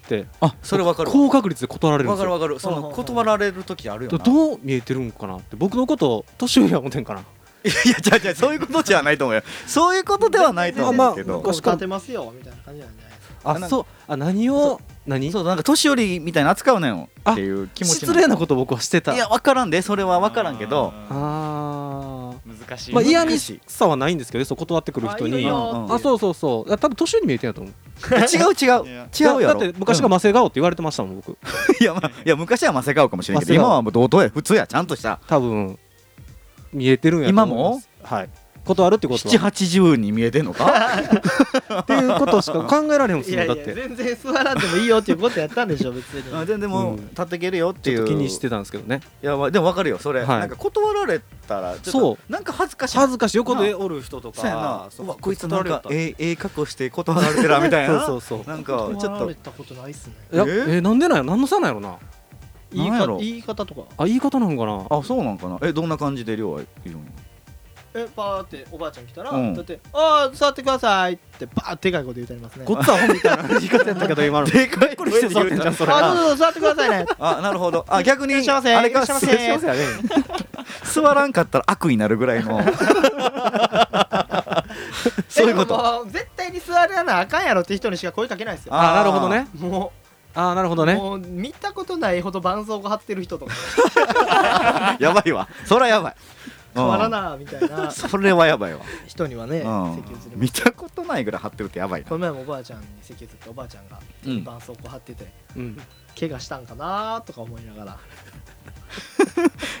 D: って
B: あそれわかるわ
D: 高確率で断られるん
B: わ
D: で
B: か
D: す
B: る
D: よ
B: わかるそ
A: うんうん
B: の
A: うん
B: 断られる時あるよ
D: ど
B: な
D: どう見えてるんかなって僕のこと年寄りは思ってんかな、
B: いやじゃじゃそういうことじゃないと思うよそういうことではないと思う
A: い
B: け
D: あ
B: ど、
D: まあ
A: 腰立てますよみたいな感じなんじゃないですか
B: なんか
D: あそうあ何を何
B: そうなんか年寄りみたいな扱うねんよっていう気持ち
D: 失礼なことを僕はしてた
B: いや分からんでそれは分からんけど
D: あ
C: あ
D: ー
C: ー難しい
D: まあ、嫌
B: に
D: 味さはないんですけどねそう断ってくる人
A: あいい
D: に
A: よ
B: うんうん
D: あそうそうそういや多分年寄りに見えてんやと思
B: 違う
D: う
B: 違う
C: いや
B: 違うやろ
D: だだって昔がマセガオって言われてましたもん僕
B: いや,、まあ、いや昔はマセガオかもしれんけど
D: マセガオ
B: 今はもう同等や普通やちゃんとした
D: 多分見えてるんやと思いますはい断るってことは
B: 780に見えてんの か
D: っていうことしか考えられへんす
A: い
D: よ
A: やい
D: だっ
A: や
D: て
A: 全然座らんでもいいよっていうことやったんでしょ別 に
B: あ全然もう
D: うん
B: 立ってけるよって
D: ち
B: い
D: ょっ
B: う
D: と気にしてたんですけどね
B: いやまあでも分かるよそれ、
D: はい
B: なんか断られたらちょっと
D: そ
B: なんか恥ずかしい
D: 恥ずかしい横でおる人と
B: そうやな
D: か
B: うわこいつなんか
D: 断られ
B: ええええ格好して断られてるなみたい
D: た
B: な
D: そうそうそう
B: なんか
A: 断
B: ちょっ
A: ら
B: と
A: れたことないっすね
D: いや
B: え
D: えなんでなんやなんのさなんやろな
A: 言い
B: なんや
A: 方
B: ろ
A: 言い方とか
D: あ言い方なんかな
B: あそうなんかなえどんな感じで亮はいるの
A: えパーっておばあちゃん来たら、
B: うん
A: だって「ああ座ってください」ってバーってでかいこと言うてありますね
D: ごっつアホみたいな言い方やったけど今の
B: でかい声で言うてた
A: あーどうぞどうぞ座ってくださいね
B: あなるほどあ逆に
A: いらっしゃいませ
B: あれか
A: いらっしゃいませ
B: 座 座らんかったら悪になるぐらいの そういうこ
A: え
B: と
A: もう絶対に座らなあかんやろって人にしか声かけないですよ
D: あーなるほどね
A: も
D: あーなるほ
A: う,、
D: どね
A: もう見たことないほど絆創膏貼ってる人と か
B: やばいわそらやばい
A: 変わら
B: い
A: なみたい な
B: それはやばいわ
A: 人にはね席移り
B: うん
A: ま
B: 見
A: す
B: たことないぐらい張ってるってやばいな
A: この前もおばあちゃんに席移っておばあちゃんが
B: うん
A: 絆創膏貼ってて、
D: うん
A: 怪我したんかなーとか思いながら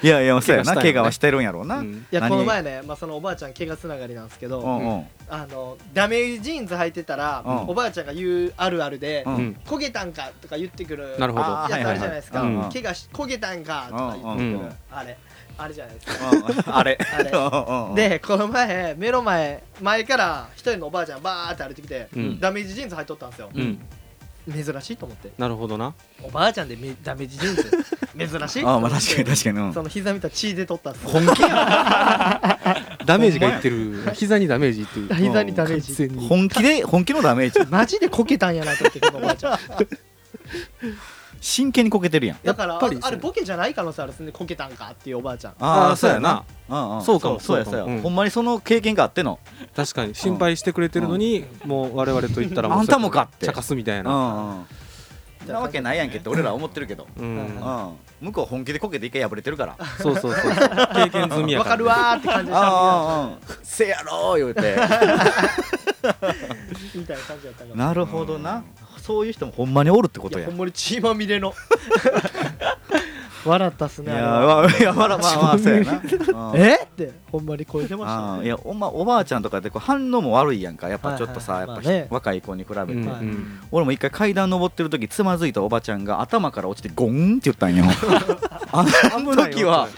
B: いやいやそうやな怪
D: 怪
B: 我
D: 我
B: は
D: は
B: し
D: して
B: るんやろうなう
D: うん
B: ん
A: いや
B: 何
A: この前ね、まあ、そのおばあちゃん怪我つながりなんですけど、
B: うん
A: あのダメージジーンズ履いてたら、
B: うん
A: おばあちゃんが言うあるあるで、
B: うん
D: うん
A: 焦げたんかとか言ってくる
D: なるほど
A: やつあるじゃないですか、
B: あ
D: はいはいはい
A: うん怪我し焦げたんかとか言ってくる、あれあれじゃないですか
B: あれ
A: あれ
B: うんうん
A: でこの前目の前前から一人のおばあちゃんバーって歩いてきて、
D: うん
A: ダメージジーンズ履いとったんですよ、
D: うん
A: 珍しいと思って
D: なるほどな
A: おばあちゃんでめダメージジーンズ珍しい
B: ああまあ確かに確かにうん
A: その膝見たら血出とったんですよ
B: 本気や
D: ダメージがいってる膝にダメージいってる
A: 膝にダメージ
D: 完全に
B: 本気で本気のダメージ
A: マジでこけたんやなと思ってこのおばあちゃん
B: 真剣にこけてるやん
A: だから
D: やっぱりそう
A: ああれボケじゃない可能性あるんですねこけたんかっていうおばあちゃん
D: あーそうやな
B: うんん
D: そうかも
B: そうや
D: そ
B: そう
D: うか
B: や
D: もうん
B: ほんまにその経験があっての
D: 確かに心配してくれてるのにもう我々と言ったらう
B: あんたもかって
D: 茶化すみたい
B: うん
D: な
B: うんなわけないやんけって俺らは思ってるけど
D: う
A: は
D: ん
A: い
B: うん
A: は
B: 向こう本気でこけて一回破れてる からあ
D: そう そうそう経験済みや
A: わ
D: か
A: か
D: ら
A: るわーって感じでしゃべりながら
B: あうんせやろー言うて
A: みたいな感じだったから
B: なるほどな、そういう人もほんまにおるってこと
A: いや
B: や
A: ほんまに血まみれの笑ったっす
B: い
A: ね
B: や
A: あれは
B: わいやまだまあまあそうや なうん
A: えってほんまに声出ました
B: あー
A: ね
B: いやお,、ま、おばあちゃんとかってこう反応も悪いやんかやっぱちょっとさ、
A: はいはい
B: やっ
A: ま
B: ぱ、
A: あね
B: 若い子に比べて、
D: うん
A: はい
D: うん
B: 俺も一回階段登ってる時つまずいたおばちゃんが頭から落ちてゴンって言ったんよあの時は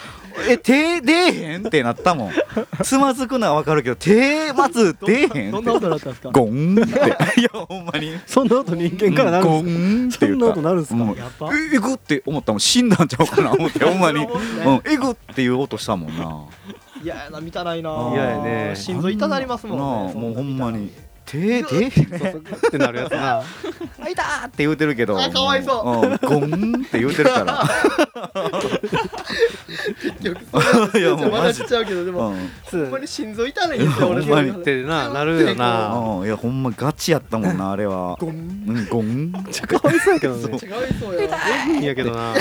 B: え手出えへんってなったもんつまずくのはわかるけど手まず出えへん
A: ど
B: っ
A: ん
B: て
A: なことだったんですか
B: ゴンっていやほんまに
D: そんなこと人間からなる
B: ゴ
D: んです
B: ンって言った
D: そんなことなるんすか
B: もう
A: やば
B: ええぐって思ったもん死んだんちゃうかな思ってほんまに、
A: そんなもんね
B: うん、えぐっていう音したもんない
A: ややな見たないな
B: 嫌や
D: ね
A: 心臓痛なりますもんね
B: なあもうほ
A: そなん見た
B: ま
A: ら
B: に手出えへん
D: そうそうってなるやつな
B: あいたーって言うてる けど
A: あかわいそう
B: ゴンって言うてるから
A: 結局
B: いやもうマ
A: 笑っ
B: ジ
A: ちゃうけどでも
B: うん
A: ほんまに心臓痛ないんですよ俺
B: ほん
A: そ
B: まに
A: ういうの
D: ってななるよな
B: うんいやほんまガチやったも んなあれは
A: ゴン
B: うんゴン
D: ちゃかわいそうやけどね
A: 違いそうや
D: いいんやけどな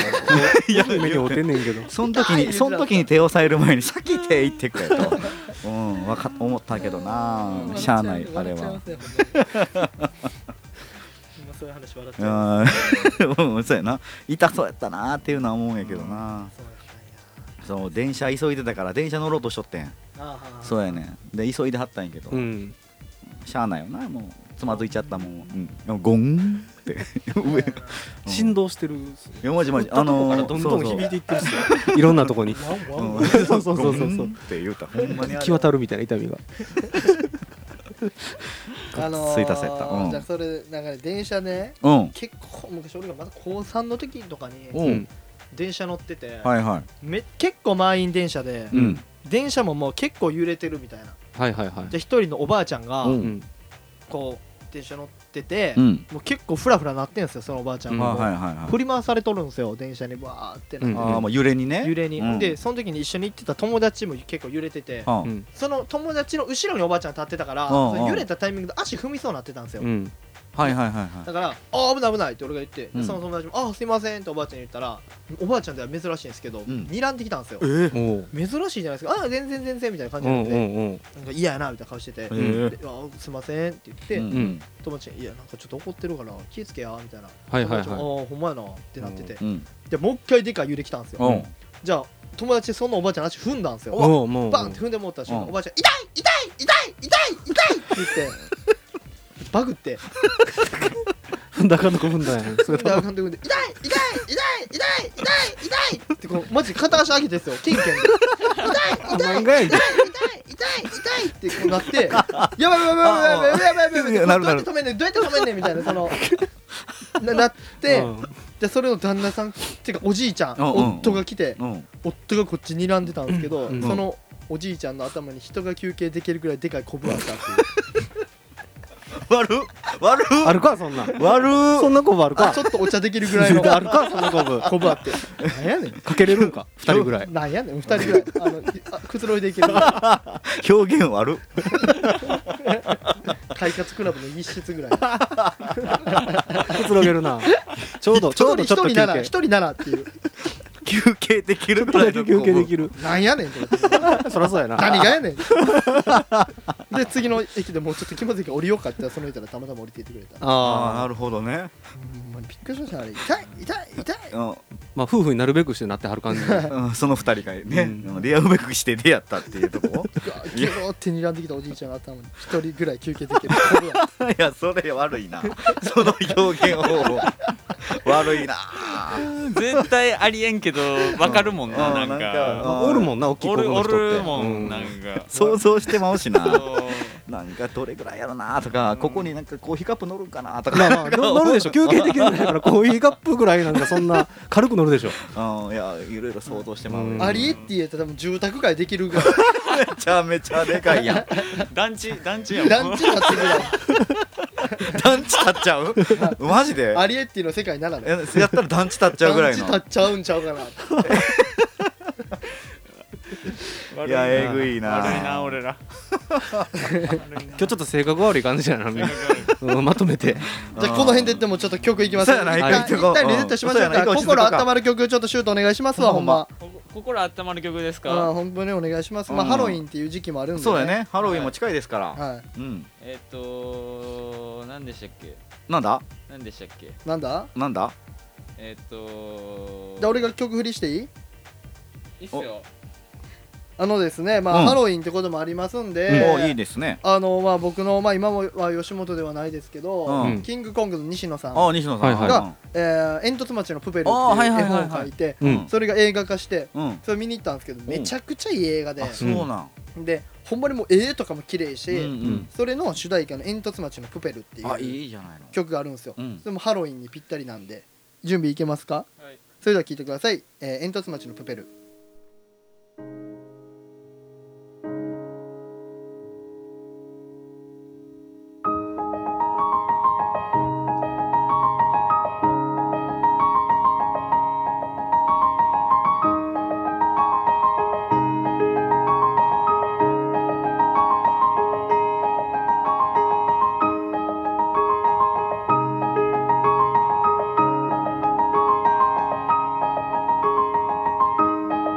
D: やる 目に合うてんねんけど
B: その時
A: 痛い 言うてた
B: にその時に手を押さえる前に先手行ってくれと うんわか思ったけどな
A: うん
B: しゃあないあれ
A: 笑っちゃい
B: は
A: ますねほんまに今そういう話笑っちゃいます
B: あーうんそう やな痛そうやったなーっていうのは思うんやけどな
A: そうや
B: そう電車急いでたから電車乗ろうとしとってん
A: ったんやああ
B: そうやねんで急いではったんやけど
D: うん
B: しゃあないよなもうつまずいちゃったもん、うんでもゴンって 上うん
D: 振動してる
B: いやマジマジ
D: あ
B: あの
D: の
B: ー
D: どんどん響いていってるし
B: そう
D: いろんなとこに
A: ワンワ
B: そう
A: ン
B: う
A: ワン
B: ん
D: そうそうそうそう
B: ゴンって言うたほんまにあ
D: 行
B: れ
D: き渡るみたいな痛みが
A: あのー
B: ついたせたうん
A: じゃあそれなんかね電車ね
B: うん
A: 結構昔俺がまだ高3の時とかに
B: お
D: う
B: うん
A: 電車乗ってて、
B: はいはい
A: め結構満員電車で、
B: うん
A: 電車ももう結構揺れてるみたいな
D: はいはいはい
A: で一人のおばあちゃんが
B: う
D: うん
A: こう電車乗ってて、
B: うん
A: もう結構フラフラなってんすよそのおばあちゃん
D: うん
B: あ
A: が、
B: はいはいはい
A: 振り回されとるんですよ電車にわーってな
D: う
A: っ
D: ん
A: て
B: あーまあ揺れにね
A: 揺れに、
B: うん
A: でその時に一緒に行ってた友達も結構揺れてて
B: はあ
D: うん
A: その友達の後ろにおばあちゃん立ってたから、
B: うんうん
A: その揺れたタイミングで足踏みそうになってたんですよ、
D: うん
B: はいはいはいは
A: だから「あー危ない危ない」って俺が言って、で
B: うん
A: その友達も「あーすいません」っておばあちゃんに言ったらおばあちゃんでは珍しいんですけど、
B: ん
A: 睨んできたんですよ
B: いえ
D: おう
A: 珍しいじゃないですか「あー全然全然」みたいな感じ
D: う
A: なんん
D: う
A: で、
D: んうん
A: なんか嫌やなみたいな顔してて「で
B: えー
A: あーすいません」って言って、
B: うん
D: うん
A: 友達に「いやなんかちょっと怒ってるから気ぃつけや」みたいな
D: はいは
A: 友
D: い
A: 達
D: は
A: もああほんまやな」ってなってて、
B: うん
A: でもう一回でかい揺れ来たんですよ、
B: うん
A: じゃあ友達そのおばあちゃんの足踏んだんです
D: い
A: よ
D: おうもう
A: バンって踏んでもった瞬間、
B: うん
A: おばあちゃん「痛い痛い痛い痛い痛い!」って言ってバグって
D: 踏んだかんとこ踏んだやん そ
A: 踏
D: れ
A: んで
D: 多
A: あ
D: 分
A: かんとこで「痛い痛い痛い痛い痛い痛い!」ってこうマジで片足上げてですよケンケンで「痛い痛い
D: 漫画やんけ
A: 痛い痛い痛い!」ってこうなって「やばいやばいやばいやばいやばいやばいやばいやばい」どうや
B: なるな
A: って
B: る
A: 止めんねんどうやって止めんねんみたいなそのななって、
D: うん
A: でそれを旦那さんっていうかおじいちゃん、
B: うんうん
A: 夫が来て、
B: うん
A: 夫がこっち睨んでたんですけど、
D: うん
A: そのおじいちゃんの頭に人が休憩できるぐらいでかいコブあったっていう
B: 悪っ悪っ
D: あるかそんなん
B: 悪
D: そ
B: っ
D: んなコブある
A: あ
D: か
A: ちょっとお茶できるぐらいの
D: あるかそんなコブ
A: コブあってなんやねん
D: かけれるんか二人ぐらい
A: なんやねん二人ぐら いあのあくつろいでいけるぐら
B: 表現悪っ
A: い快活クラブの一室ぐらい
D: くつろげる なちょうどちょうど
A: 一
D: ちょ
A: 人
D: っと
A: 一人なら
D: 休憩
A: 一人ならっていう
B: 休憩できるぐらいの
D: 休憩できる
A: なんやねんと思って
D: そりゃそうやな
A: 何がや ねんで次の駅でもうちょっと気まずいから降りようかって言ったらその人らたまたま降りていってくれた
B: ああ
D: あ
B: な
D: あ
B: るほどね
A: ほんまにびっくりしましたあれ痛い痛い痛い
B: うん
D: まあ夫婦になるべくしてなってはる 感じ
B: うんその二人がね
D: うん
B: 出会うべくして出会ったっていうとこ
A: ギュロって睨んできたおじいちゃんが頭に一人ぐらい休憩できるコブや
B: いやそれ悪いなその表現方法悪いな
C: 絶対ありえんけどわかるもんな
B: う
C: なんん
B: うんなんか
C: か
D: おるもんな大きい
C: お
D: 子
C: る
D: の
C: お
D: 人って
C: るもんなん
D: う
C: か
B: 想像してまうしな
C: そう
B: なんかどれぐらいやろなとか、
C: うん
B: ここになんかコーヒーカップ乗るんかなとか、
D: まあまあ 乗るでしょ休憩できるんだ からコーヒーカップぐらいなんかそんな軽く乗るでしょ
B: うんいやいろいろ想像してまう、
D: うん
A: アリエッティやったら多分住宅街できるぐら
B: めちゃめちゃでかいやん
C: 団地団地や
A: い
C: も
A: 団
C: ん
A: 地になってるぐらい
B: 団地立っちゃうマジで
A: アリエッティの世界ならね
B: えやったら団地立っちゃうぐらいの
A: 団地立っちゃうんちゃうかな
B: いやえぐいな
C: 悪いな俺ら悪いな
D: 今日ちょっと性格悪い感じやなみんなうんまとめて
A: じゃあこの辺ででもちょっと曲いきます
B: そうやな
A: 一
B: 一
A: 旦一
B: 回
A: 旦リセットしましょう
B: そうやな
A: か
B: 一回落ち着こう
A: 心温まる曲ちょっとシュートお願いしますわほんま
C: 心心温まる曲です
A: あー
C: か
A: 本当にお願いします、まあ
B: うん
A: ハロウィンっていう時期もあるんで、
B: そうだよねハロウィンも近いですから、
A: は
B: うん
C: えっと何でしたっけ
B: なんだ
C: 何でしたっけ
A: いなんだ
B: なんだ
C: えっと
A: じゃあ俺が曲振りしていい
C: いいっすよ
A: あのですねまあ、
B: うん
A: ハロウィンってこともありますんで、
B: もういいですね
A: あのまあ僕のまあ今は吉本ではないですけど、
B: うん
A: キングコングの西野さん
B: ああ西野さん
D: はい
A: はいえー煙突町のプペル」っていう
B: あーはいは
A: 絵
B: いはいはい
A: 本を書いて
D: うん
A: それが映画化して
B: うん、うん
A: それ見に行ったんですけどめちゃくちゃいい映画で
B: あそうなん、
A: でほんまにもう絵とかも綺麗し、
B: うん
A: それの主題歌の「煙突町のプペル」って
B: うん、あ
A: いう
B: いいじゃないの
A: 曲があるんですよ、
B: うん
A: それもハロウィンにぴったりなんで準備いけますか
C: はい
A: それでは聞いてください「えー煙突町のプペル」
E: 「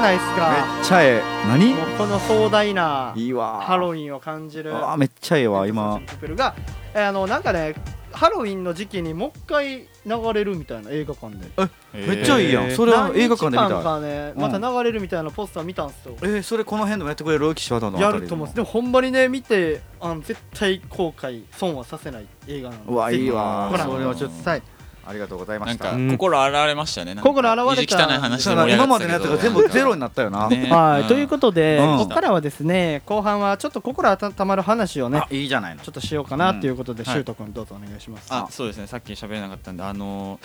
A: ないですか
B: っちゃええ何
A: もうこの壮大ない
B: いわ
A: ハロウィンを感じる
B: あめっちゃええわ今
A: ジンプペルがえーあのなんかねハロウィンの時期にもう一回流れるみたいな映画館で
B: めっちゃいいやんそれは映画館で見
A: 何日間
B: たい
A: かね
B: うん
A: また流れるみたいなポスター見たんすよ、
B: えーそれこの辺でもやってくれる岸和田のあ
A: や
B: たり
A: ると
B: で
A: 思
B: も
A: うんですでもほんまにね見てあの絶対後悔損はさせない映画なので
B: うわ
A: ぜひ
B: いいわ
A: ご覧
B: それはちょっと
A: ください
B: ありがとうございま
C: な
B: し
C: ん
B: た
C: か
D: うん
C: 心洗われましたねなんか
A: 心洗われた
C: 意地汚い話で
B: だから
C: 盛り上
B: 今
C: が
B: ま
C: って
B: で
C: た
B: のやつ
C: けど
B: が全部ゼロになったよな、
C: ね
A: はい、という
C: と
A: ことで、
B: うん
A: ここからはですね後半はちょっと心温まる話をね
B: あいいじゃないの
A: ちょっとしようかなということで、
C: ん
A: シュート君どうぞお願いします、
C: あそうですねさっき喋れなかったんであの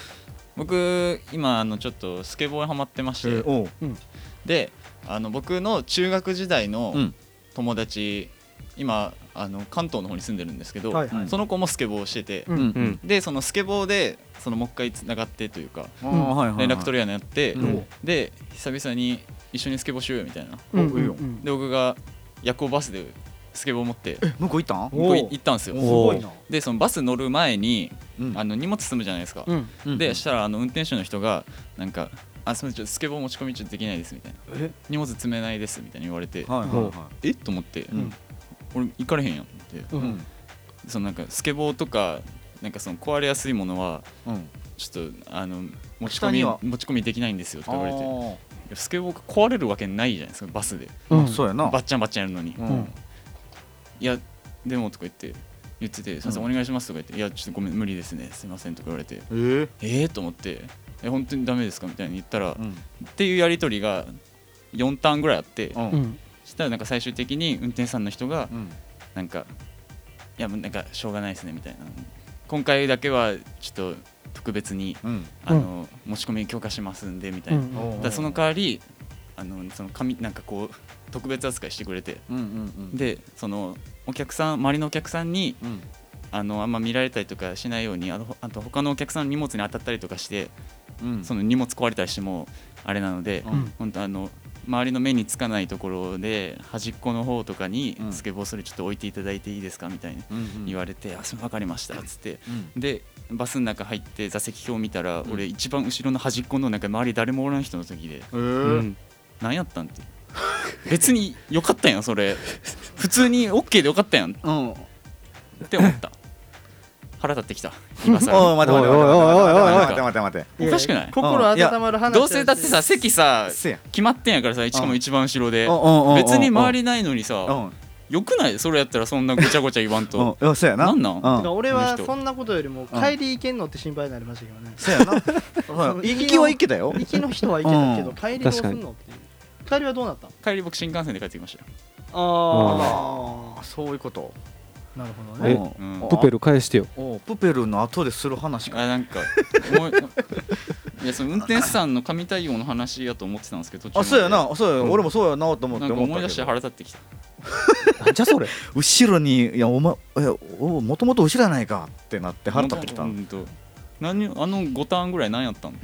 C: 僕今あのちょっとスケボーにハマってまして、
B: えーおう
C: であの僕の中学時代の
B: うん
C: 友達、今あの関東の方に住んでるんですけど、
A: はいはい
C: その子もスケボーをしてて、
A: うん
B: うん
D: うん
C: でそのスケボーでそのもう一回つながってというか
B: あーはいはいはい
C: 連絡取るようになって、
B: うん
C: で久々に一緒にスケボーしようよみたいな
A: うん
B: おいいよ
A: うん
C: で僕が夜行バスでスケボー持って
B: 向こう行ったん
A: お
C: 向こうい行ったんです
A: す
C: よ
D: お
A: ごいな、
C: でそのバス乗る前に
B: うん
C: あの荷物積むじゃないですか、
A: うん、
B: うん
C: でしたらあの運転手の人がなんか「あすみませんちょっとスケボー持ち込みちょっとできないです」みたいな
A: え
C: 「荷物積めないです」みたいに言われて
B: はいはいは
C: えっと思って、
B: うん
C: 俺行かれへんやんって
A: う
B: いうんん
C: そのなんかスケボーとかなんかその壊れやすいものは
B: うん
C: ちょっとあの持ち
B: 下
C: 込
B: には
C: み持ち込みできないんですよと
B: あ
C: か言われてい
B: ー
C: やスケボーが壊れるわけないじゃないですかバスで
A: うん
B: そうやな
C: バッチャンバッチャンやるのに、
B: う
A: うんん
C: いやでもとか言って言ってて「すいません
B: う
C: お願いします」とか言って「いやちょっとごめん無理ですねすいません」とか言われて
B: えー
C: 「えー?」と思って「え本当にダメですか?」みたいに言ったら、
B: うん
C: っていうやり取りが4ターンぐらいあって、
B: う
A: うんん
C: そしたらなんか最終的に運転手さんの人が
B: うん
C: なんか「いやもうなんかしょうがないですね」みたいな「今回だけはちょっと特別に
B: うん
C: あの、持ち込み許可しますんで」みたいな、
A: うん
C: だからその代わりあのその紙なんかこう特別扱いしてくれて
B: うんうん
C: でそのお客さん周りのお客さんに
B: うん
C: あのあんま見られたりとかしないようにあのあと他のお客さんの荷物に当たったりとかして
B: うん
C: その荷物壊れたりしてもあれなので、
A: うん
C: 本当あの周りの目につかないところで端っこの方とかに
B: うん
C: スケボーそれちょっと置いていただいていいですかみたいに
B: うん
C: 言われて「あそう分かりました」っつって
B: うん
C: でバスの中入って座席表見たら、
B: うん
C: 俺一番後ろの端っこのなんか周り誰もおらん人の時で
B: え
D: う
B: ー
D: ん
C: 「何やったん?」って別によかったやんそれ普通に OK でよかったやんっ
B: うん
C: て思った腹立ってきた今さ
B: おい待て待て待て待て待て待て待て待て
A: い
B: 待て待て
A: や
C: おかしくない
A: 心温まる話
C: どうせだってさ席さ
B: せや
C: 決まってんやからさしかも一番後ろで
B: 別
C: 別に周
B: り
C: りないのにさ
B: うん
C: よくないそれやったらそんなごちゃごちゃ言わんと
B: うんそうやな
C: なんなん
A: だから
B: う
A: 俺は
C: この人
A: そんなことよりも帰り行けんのって心配になりましたけどね
B: そうやなうん行きは行けたよ
A: 行きの人は行けたけど、
B: うん
A: 帰りどうすんのっていう帰りはどうなったの
C: 帰り僕新幹線で帰ってきましたよ、
A: あ
B: そういうこと
A: あなるほど
D: え
A: ね
C: うん
D: プペル返してよ
B: おプペルの後でする話か
C: あなんかもういやその運転手さんの神対応の話やと思ってたんですけど途中ま
B: あ
C: で
B: そうやなそうや
D: うん
B: 俺もそうやなと思っ
C: な
B: て
C: んか
B: 思
C: 思い
B: っ
C: 出
B: た
C: し
B: け
C: て
B: ど
C: 腹立ってきた
D: なんじゃそれ
B: 後ろにいやおまえおもともと後ろやないかってなって腹立ってきた
C: ほんと何あの5ターンぐらい何やったん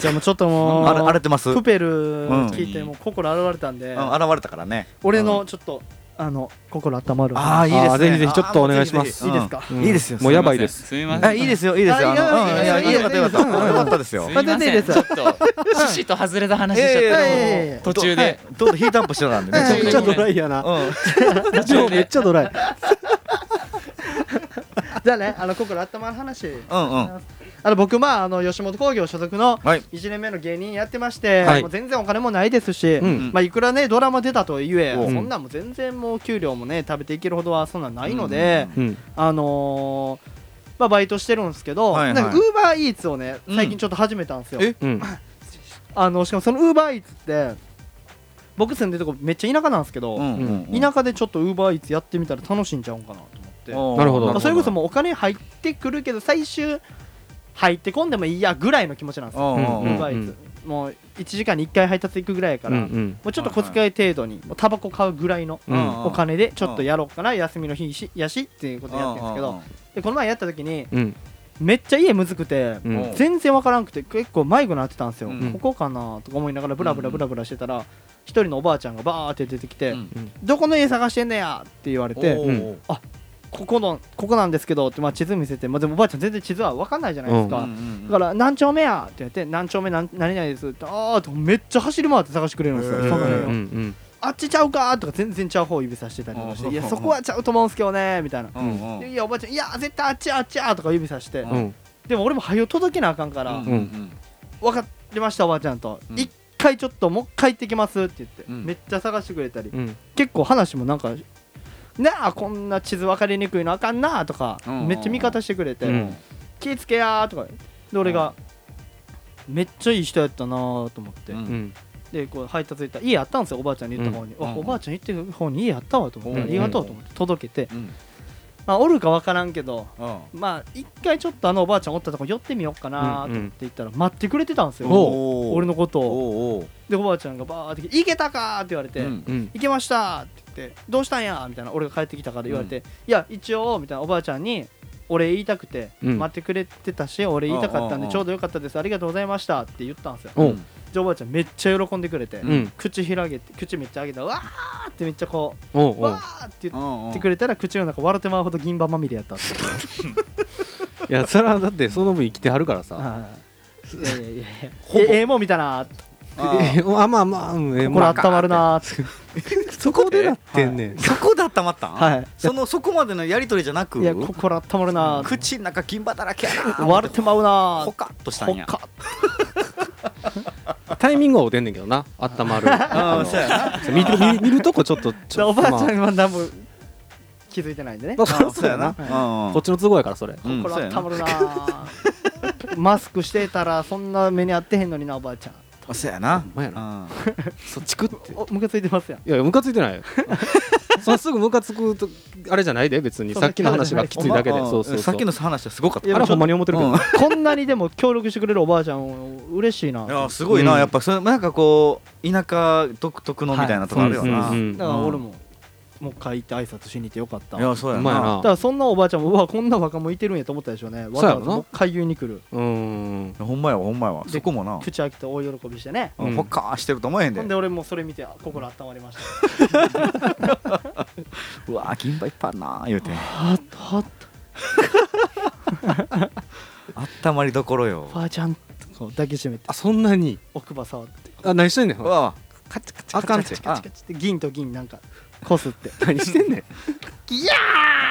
A: じゃあもうちょっともう
B: あれ荒れてますう
A: プ
B: ん
A: ペル
B: うん
A: 聞いてもう心現れたんで、
B: 現れたからね
A: 俺のちょっとあの心温まる
B: ああいい
A: 話
B: ですね
D: あーぜひぜひちょっとお願いします
B: あー
A: いいです
B: もうぜ
A: か、
D: うん
B: いいですよ
D: もうやばいです
C: すみませ
B: ひぜひい
C: ん
B: いですよいいですよ
A: あ
B: あ
A: いや
B: のうんいや
A: いやいや
B: よかったよかった
A: いやいや
B: よかったですよ
C: すいません
A: また出てるやつ
C: ちょっと趣旨と外れた話しちゃっ
A: い
C: た、
A: やいやいや
C: 途中で
B: どんどんヒートアップしてたん でね
A: めちゃくちゃドラ
D: イやな
B: うん
A: めっちゃめっちゃドライじゃあねあの心温まる話
B: うんうん
A: あの僕まああの吉本興業所属の
B: はい
A: 1年目の芸人やってまして、
D: はい
A: もう全然お金もないですし、
D: うん
A: まあ、いくらねドラマ出たとはいえ、
B: うん
A: そんなんも全然もう給料もね食べていけるほどはそんなんないので、
D: うん
A: あのーまあ、バイトしてるんですけど、
B: はいはい
A: なんかウーバーイーツをね
B: うん
A: 最近ちょっと始めたんですよ、
B: え
D: うん
A: あのしかもそのウーバーイーツって僕住んでるとこめっちゃ田舎なんですけど、
B: うんうんうん
A: 田舎でちょっとウーバーイーツやってみたら楽しいんちゃうんかなと思って、
B: おー
D: なるほど
A: まあそれこそもうお金入ってくるけど最終入ってこんでもいいやぐらいの気持ちなんですよ、
B: うんうん
A: ウ
B: う
A: ー
B: ん
A: バ
D: う
A: ーイ
D: ん
A: ーツもう1時間に1回配達行くぐらいやから、も
D: ん
A: うちょっと小遣い程度にもうタバコ買うぐらいの
D: うん
A: お金でちょっとやろうかな休みの日しやしっていうことやってるんですけ
B: う
A: どでこの前やった時に
D: うん
A: めっちゃ家むずくて
D: うんうん
A: 全然わからんくて結構迷子になってたんですよ、
B: うん
A: ここかなとか思いながらブラブラブラブラしてたら一人のおばあちゃんがバーって出てきて「
B: ん
A: どこの家探してんねや!」って言われて
B: おー
D: うん
A: ここのここなんですけどって、まあ、地図見せて、まあ、でもおばあちゃん全然地図は分かんないじゃないですか、
B: うんうん
A: だから何丁目やって言って何丁目なん何々ですってああとめっちゃ走り回って探してくれるんですよ、
F: へー
A: その辺を
D: うんうん
A: あっちちゃうかーとか全然ちゃう方指さしてたりとかして「
B: うん
A: いやそこはちゃうと思うんすけどね」みたいな
B: うんう
A: 「
B: ん
A: いやおばあちゃんいや絶対あっちやあっちや」とか指さして
B: う
D: うん
A: でも俺も早よ届けなあかんから
B: うんうん
A: 「分かりましたおばあちゃん」と「
B: うん
A: 一回ちょっともう一回行ってきます」って言って
B: うん
A: めっちゃ探してくれたり
D: うん
A: 結構話もなんか「なあこんな地図分かりにくいのあかんな」とか
B: うん
A: めっちゃ味方してくれ
D: う
A: て
D: ん
A: 「気ぃつけや」とかで俺が「めっちゃいい人やったな」と思って
B: うん
D: うん
A: でこう配達行ったら家あったんですよおばあちゃんに言った方に、
B: うん
A: わ
B: うん
A: おばあちゃん行ってる方に家あったわと思って、
B: うん
A: ありがとうと思って届けて、
B: うん
A: まあ、おるか分からんけど
B: うん
A: まあ一回ちょっとあのおばあちゃんおったとこ寄ってみようかなと思って言ったら待ってくれてたんですよ、
B: お
A: 俺のことを
B: おうおう
A: でおばあちゃんがバーって「行けたか!」って言われて「
B: うん
D: うん
A: 行けました!」って言って「どうしたんや!」みたいな俺が帰ってきたから言われて「いや一応」みたいなおばあちゃんに「俺言いたくて、
D: うん
A: 待ってくれてたし俺言いたかったん
B: うんうんう
A: で
B: ん
A: ちょうどよかったですありがとうございました」って言ったんですよ、
B: う
D: お
B: ん
A: でおばあちゃんめっちゃ喜んでくれて、
D: うん
A: 口開けて口めっちゃ上げたらわーってめっちゃこ
D: お
A: う
D: うお
A: わ
D: う
A: ーって言
B: うんうん
A: ってくれたら口の中笑ってまうほど銀歯まみれやったって
D: いやそれはだってその分生きてはるからさ
A: はいいやいやいやえええもん見たなーって
B: あ
D: えあまあまあうんえ
A: 心
D: まあ
A: 温まるなーって
D: そこでなってん ねん
B: そこだったまったん
A: はい
B: そのそこまでのやりとりじゃなく
A: いや心温まるなーって
B: 口の中金歯だらけやな
A: 笑ってまうなー
B: ほ
A: って
B: かっとした
A: ほ
B: んや
A: っか
D: タイミングは合うてんねんけどなあったま る
B: あ
D: あ
B: あ
D: の
B: そうやな
D: 見る見る見るとこちょっとち
A: で
D: ょ
A: お
D: っと
A: ばあち
D: ま
A: ゃんは何も気づいてないんでね
D: まあ
B: あそうやな
A: は
B: うん
D: こっちの都合やからそれ
B: うん
A: 心
B: そう
A: 温
B: やな
A: まるなー マスクしてたらそんな目にあってへんのになおばあちゃん
B: あそうやな
D: ほんまや
B: な
D: そっちくって
A: おムカついてますやん
D: いやいやムカつい てないよそんなすぐムカつくとあれじゃないで別に
A: そう
D: さっきの話がきついだけで
B: お前
D: そうそう
B: さ
D: そ
B: っ
D: う
B: きの話はすごかっ
A: い
B: た
A: や
D: あれほんまに思ってるけど
A: こんなにでも協力してくれるおばあちゃん嬉しいない
B: やすごいな、
D: うん
B: やっぱそれなんかこう田舎独特のみたいなとこあるよな、
D: はいうんうんうん
A: だから俺ももう一回行って挨拶しに行ってよかった
B: い
A: だ
B: や
A: か
B: そう
D: う
B: や
D: まい
B: な
D: な
A: らそんなおばあちゃんもうわこんな若者いてるんやと思ったでしょうねわ
D: そう
A: ざ
D: や
A: わ
D: ろな
A: ざもう回遊に来る
D: うーん
B: ほんまやわほんまやわ
A: で
B: そこもな
A: 口開けて大喜びしてね
D: うん
B: ほっかーしてると思えへんで
A: ほんで俺もそれ見てあ心温まりました
B: うわー銀歯いっぱいあるなー言うて
A: はっはっ
B: あったまりどころよ
A: おばあちゃんこう抱きしめて
D: あそんなに
A: 奥歯触って
D: あ何してんねん
B: うわ
A: カチカチ
D: あかん
A: カ
D: て
A: チカチカチって銀と銀なんかこす って
D: 何してんねんいや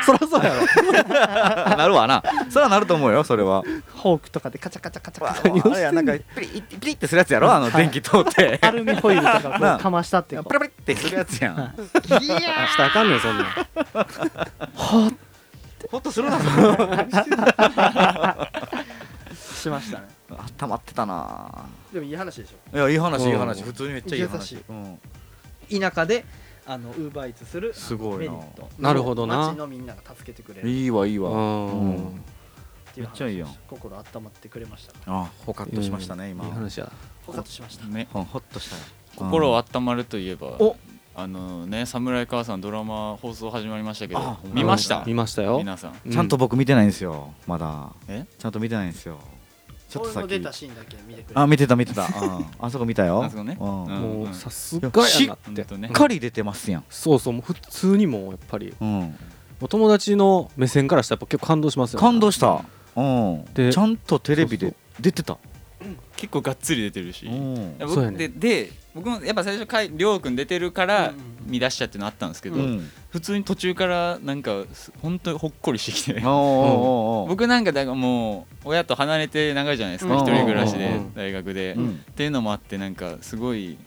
D: そらそうやろ
B: ーなるわなそらなると思うよそれは
A: フォークとかでカチャカチャカチャカチャ
D: 何をしてん
B: あ
D: の
B: れやなんかピリッピリッてするやつやろあの電気通って
A: アルミホイルとかこ
B: なあ
A: うかましたって
B: プ
A: こ
B: ラ
A: う
B: プリってするやつやん
D: あしたらあかんねんそんなん
A: はっ
B: ほっとするな
A: しましたね
B: あったまってたな
A: でもいい話でしょ
B: ーいやいい話いい話
D: うん
B: 普通にめっちゃいい
A: 優
B: 話
A: しい
B: うん
A: 田舎であのウーバーイーツする
B: すごいな
A: あのメリット
D: なるほどな
A: 町のみんなが助けてくれるっ
B: いいわいいうわ
D: ー
B: うん
D: ん
A: ていう話
B: めっちゃいいやん
A: 心温まってくれました
B: あほかっとしましたね今
D: いい話や
A: ほかっとしました
C: ね
B: ほほっとしたよ
C: 心温まるといえば
D: お
C: あのね侍川さんドラマ放送始まりましたけ
B: あ
C: ど見ました
D: 見ましたよ
C: 皆さん
B: ちゃんと僕見てないんですよ、まだ。
C: え
B: ちゃんと見てないんですよ。ちょっと
A: 俺
B: さっ
A: の出
B: き
A: た。シーンだけ見てくれ
B: あ、見てた 見てた。うんあそこ見たよ。
C: あそこね
B: うん
C: うん
D: もうさすがやなっ
C: ほん
D: て
C: とね
B: しっかり出てますやん。
D: そうそうもう普通にもうやっぱり
B: うん。
D: お友達の目線からしたらやっぱ結構感動しますよね
B: 感動した。うん。
D: で
B: ちゃんとテレビで出てた。
C: 結構がっつり出てるし
B: うん。
C: 僕
D: そうやね
C: でで僕もやっぱ最初かいりょうくん出てるから
A: うんうん
C: 見出しちゃってのあったんですけど、
B: うん。
C: 普通に途中からなんかす本当にほっこりしてきて
B: おーおーおー
C: 僕なんかだからもう親と離れて長いじゃないですか
B: うん
C: 一人暮らし
D: うん
C: で
D: うん
C: 大学で、
B: う
C: っ
B: ん
C: ていうのもあってなんかすごい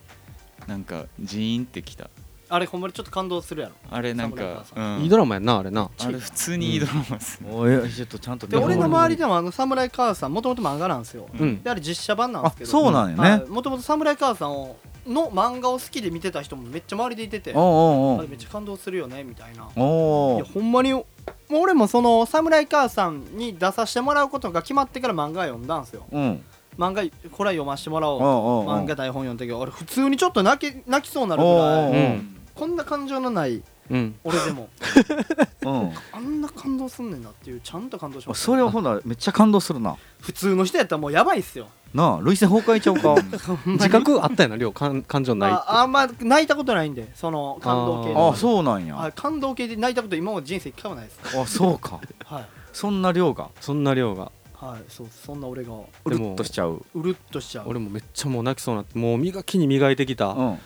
C: なんかジーンってきた
A: あれほんまにちょっと感動するやろ
C: あれなん
A: 侍
C: か
A: 川、さ
C: うんん
D: いいドラマやんなあれな
C: あれ普通にいいドラマです、ね
B: おーいやちょっとちゃんと見
A: で
B: よう
A: 俺の周りでもあの侍母さんもともと漫画なんですよ
D: うん
A: であれ実写版なんで
B: あ
A: すけど
B: そうなんやね。
A: もともと侍母さんをの漫画を好きで見てた人もめっちゃ周りでいてて
B: おーお
A: あ
B: ー
A: れめっちゃ感動するよねみたいな
B: おーお
A: いや
B: ー
A: ほんまにもう俺もその侍母さんに出させてもらうことが決まってから漫画読んだんすよ
B: うん。
A: 漫画これは読ませてもらお
B: お
A: う
B: ーおーおー
A: 漫画台本読んだけど俺普通にちょっと泣き泣きそうになるぐ
B: お
A: らい
B: ーおー
A: こんな感情のない
D: うん
A: 俺でも
B: うん。
A: あんな感動すんねんなっていうちゃんと感動しま
B: あ
A: した
B: それはほんならめっちゃ感動するな。
A: 普通の人やったらもうやばいっすよ
B: なあ累戦崩壊ちゃうか
D: 自覚あったやな量感感情ないって
A: ああんま泣いたことないんでその感動系で
B: あそうなん
A: はい
B: や
A: 感動系で泣いたこと今まで人生一回もないです
B: あそうか
A: はい
B: そんな量が
D: そんな量が
A: はいそうそんな俺が
B: う
D: でも
B: るっとしちゃう
A: うるっとしちゃう
D: 俺もめっちゃもう泣きそうになってもう磨きに磨いてきた、
B: うん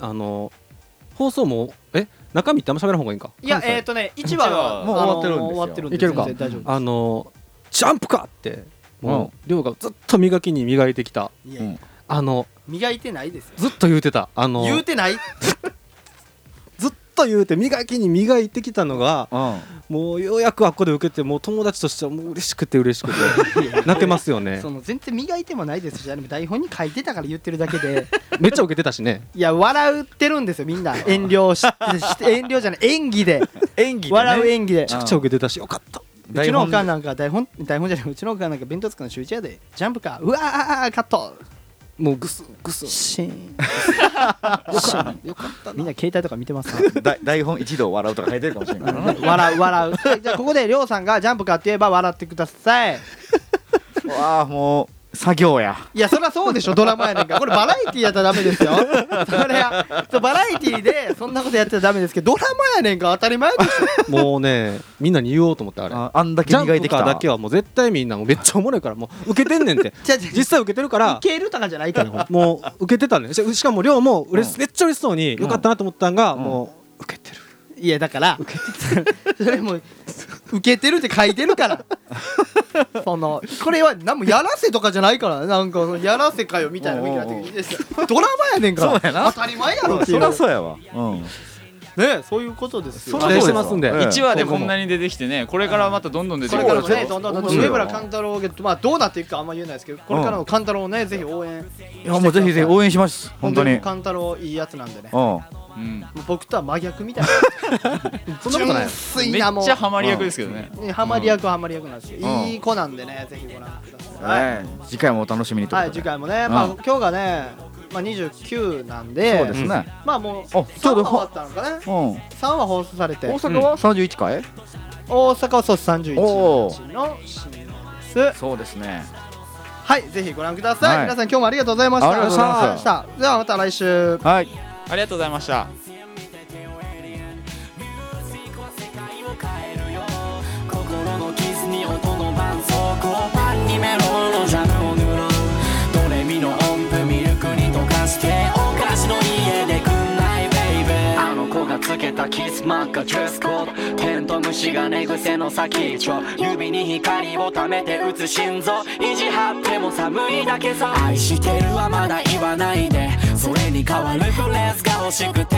D: あの放送もえ中身ってあんま喋らん方がいいんか
A: いや
D: 関西
A: えっとね1話は
B: もう終わってる
A: あ
B: んですよ
A: の終わってるんで
B: いけるか
A: 全然大丈夫
D: あのジャンプかってもう量がずっと磨きに磨いてきた
A: いやいや
D: あの
A: 磨いてないですよ
D: ずっと言うてたあの
A: 言うてない
D: ずっと言うて磨きに磨いてきたのが
B: うん
D: もうようやくあっこで受けてもう友達としてはもう嬉しくて嬉しく て泣けますよね
A: その全然磨いてもないですしあの台本に書いてたから言ってるだけで
D: めっちゃ受けてたしね
A: いや笑ってるんですよみんな 遠慮しして遠慮じゃない演技で
B: 演技でね
A: 笑う演技で
D: めちゃくちゃ受けてたしよかった
A: うちのおかんなんか台本台本じゃないうちのおかんなんか弁当作るの週一やでジャンプかうわーカット
D: もうグスグス
A: シーン
D: よかったよかった
A: みんな携帯とか見てますか
B: だ台本一同笑うとか書いてるかもしれないからな
A: 笑う笑うじゃあここでりょうさんがジャンプかって言えば笑ってください
B: わ あもう作業や
A: いやそりゃそうでしょドラマやねんからこれバラエティやったらダメですよそれはそうバラエティでそんなことやっちゃダメですけどドラマやねんから当たり前でしょ
D: もうねみんなに言おうと思ってあれ
B: ああんだ
D: ジ
B: け
D: ャ
B: 磨い
D: ン
B: て
D: プ
B: きた
D: カーだけはもう絶対みんなもうめっちゃおもろいからもう受けてんねんって
A: じゃあじゃあ
D: 実際受けてるから
A: 受けるとかじゃないから
D: もう受けてたねししかも亮もうれしめっちゃ嬉しそうによかったなと思ったんが
B: ん
D: もう受けてる
A: いやだからそれもう受けてるって書いてるからそのこれは何もやらせとかじゃないからねなんかそのやらせかよみたいな雰囲気になってくるいいですよドラマやねんから
B: そうやな
A: 当たり前やろ
B: うん
A: って
B: そ
A: い
B: りゃ
A: う
B: そうやわうん
A: ねそういうことです
D: 期
A: よ
B: そらう
D: 待してますんで、
B: そうです
C: 1話でこんなに出てきてねこれからまたどんどん出て
A: こ
C: く
A: れ
C: る
A: からもね、どんどんどんどん
B: 面白
A: 上
B: いわ
A: 村勘太郎が、まあ、どうなっていくかあんま言えないですけど、これからの勘太郎をね、ぜひ応援。
B: いやもうぜひぜひ応援します本当に
A: 勘太郎いいやつなんでね。
B: う
C: うん
A: 僕とは真逆みたい な。そん
D: なことない
A: 純
C: め
A: 粋なも
C: っちゃ
A: う。
C: ハマり役ですけどね
A: ハマり役はハマり役なんですよ。
B: うん
A: いい子なんでね、ぜひご覧くだ
B: ん
A: さい。
B: はい次回もお楽しみにと
A: は
B: いう
A: い、
B: こと
A: 次
B: で
A: 回もね、まあ
B: うん
A: 今日がね、まあ29なんで、
B: そうですね
A: まあもう
B: ちょう
A: 3
B: ど
A: 話終わったのかね。
B: うん
A: 3話放送されて、
B: 大阪は31回
A: 大阪はそうです31
B: おー
A: 日の新年です。
B: そうですね
A: はい、ぜひご覧ください。
B: はい
A: 皆さん今日もありがとうございました。
B: ありがとうございました
A: ありがとうございましたではまた来週。
B: はい
C: ありがとうございました
G: 心の傷に音の伴奏交換にメロンのジャムを塗ろうドレミの音符ミルクに溶かしてお菓子の家でくんないベイベーあの子がつけたキスマッカーレスコードテント虫が寝癖の先っちょ指に光を溜めて打つ心臓意地張っても寒いだけさ愛してるはまだ言わないでそれに変わるフレーズが欲しくて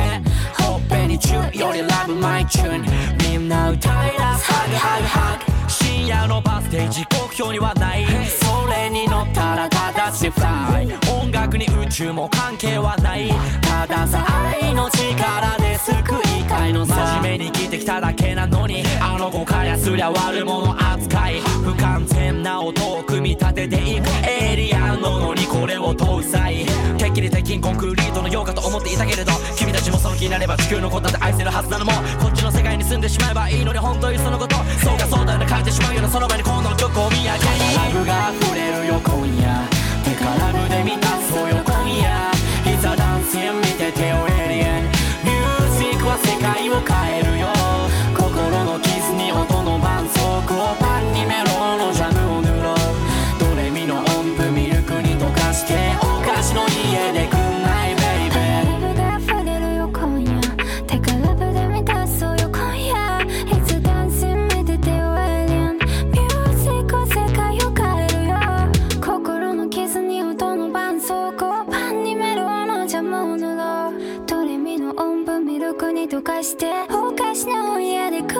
G: ほっぺにチューよりラブマイチューンみんな歌い出すハグハグハグ深夜のバス停時刻表にはないそれに乗ったらただしフライ音楽に宇宙も関係はないたださ愛の力で救いたいのさ真面目に生きてきただけなのにあの子からすりゃ悪者扱い不完全な音を組み立てていくエイリアンののにこれを搭載敵に敵にコンクリートのようかと思っていたけれど君たちもその気になれば地球のことだって愛せるはずなのもこっちの世界に住んでしまえばいいのに本当にそのことそうかそうだよな書いてしまうよなその場に今度の曲を見上げにラブが溢れるよ今夜手からラブで満たそうよ今夜いざダンスン見て手をエイリアンミュージックは世界を変えるよ心の傷に音の伴奏交換にメロンのジャムを塗ろうドレミの音符ミルクに溶かしてお菓子の家でくんないベイベー
H: ラブで溢れるよ今夜手からラブで満たそうよ今夜いつダンス見ててよエイリアンミュージックは世界を変えるよ心の傷に音の伴奏交換にメロンのジャムを塗ろうドレミの音符ミルクに溶かしてお菓子の家でく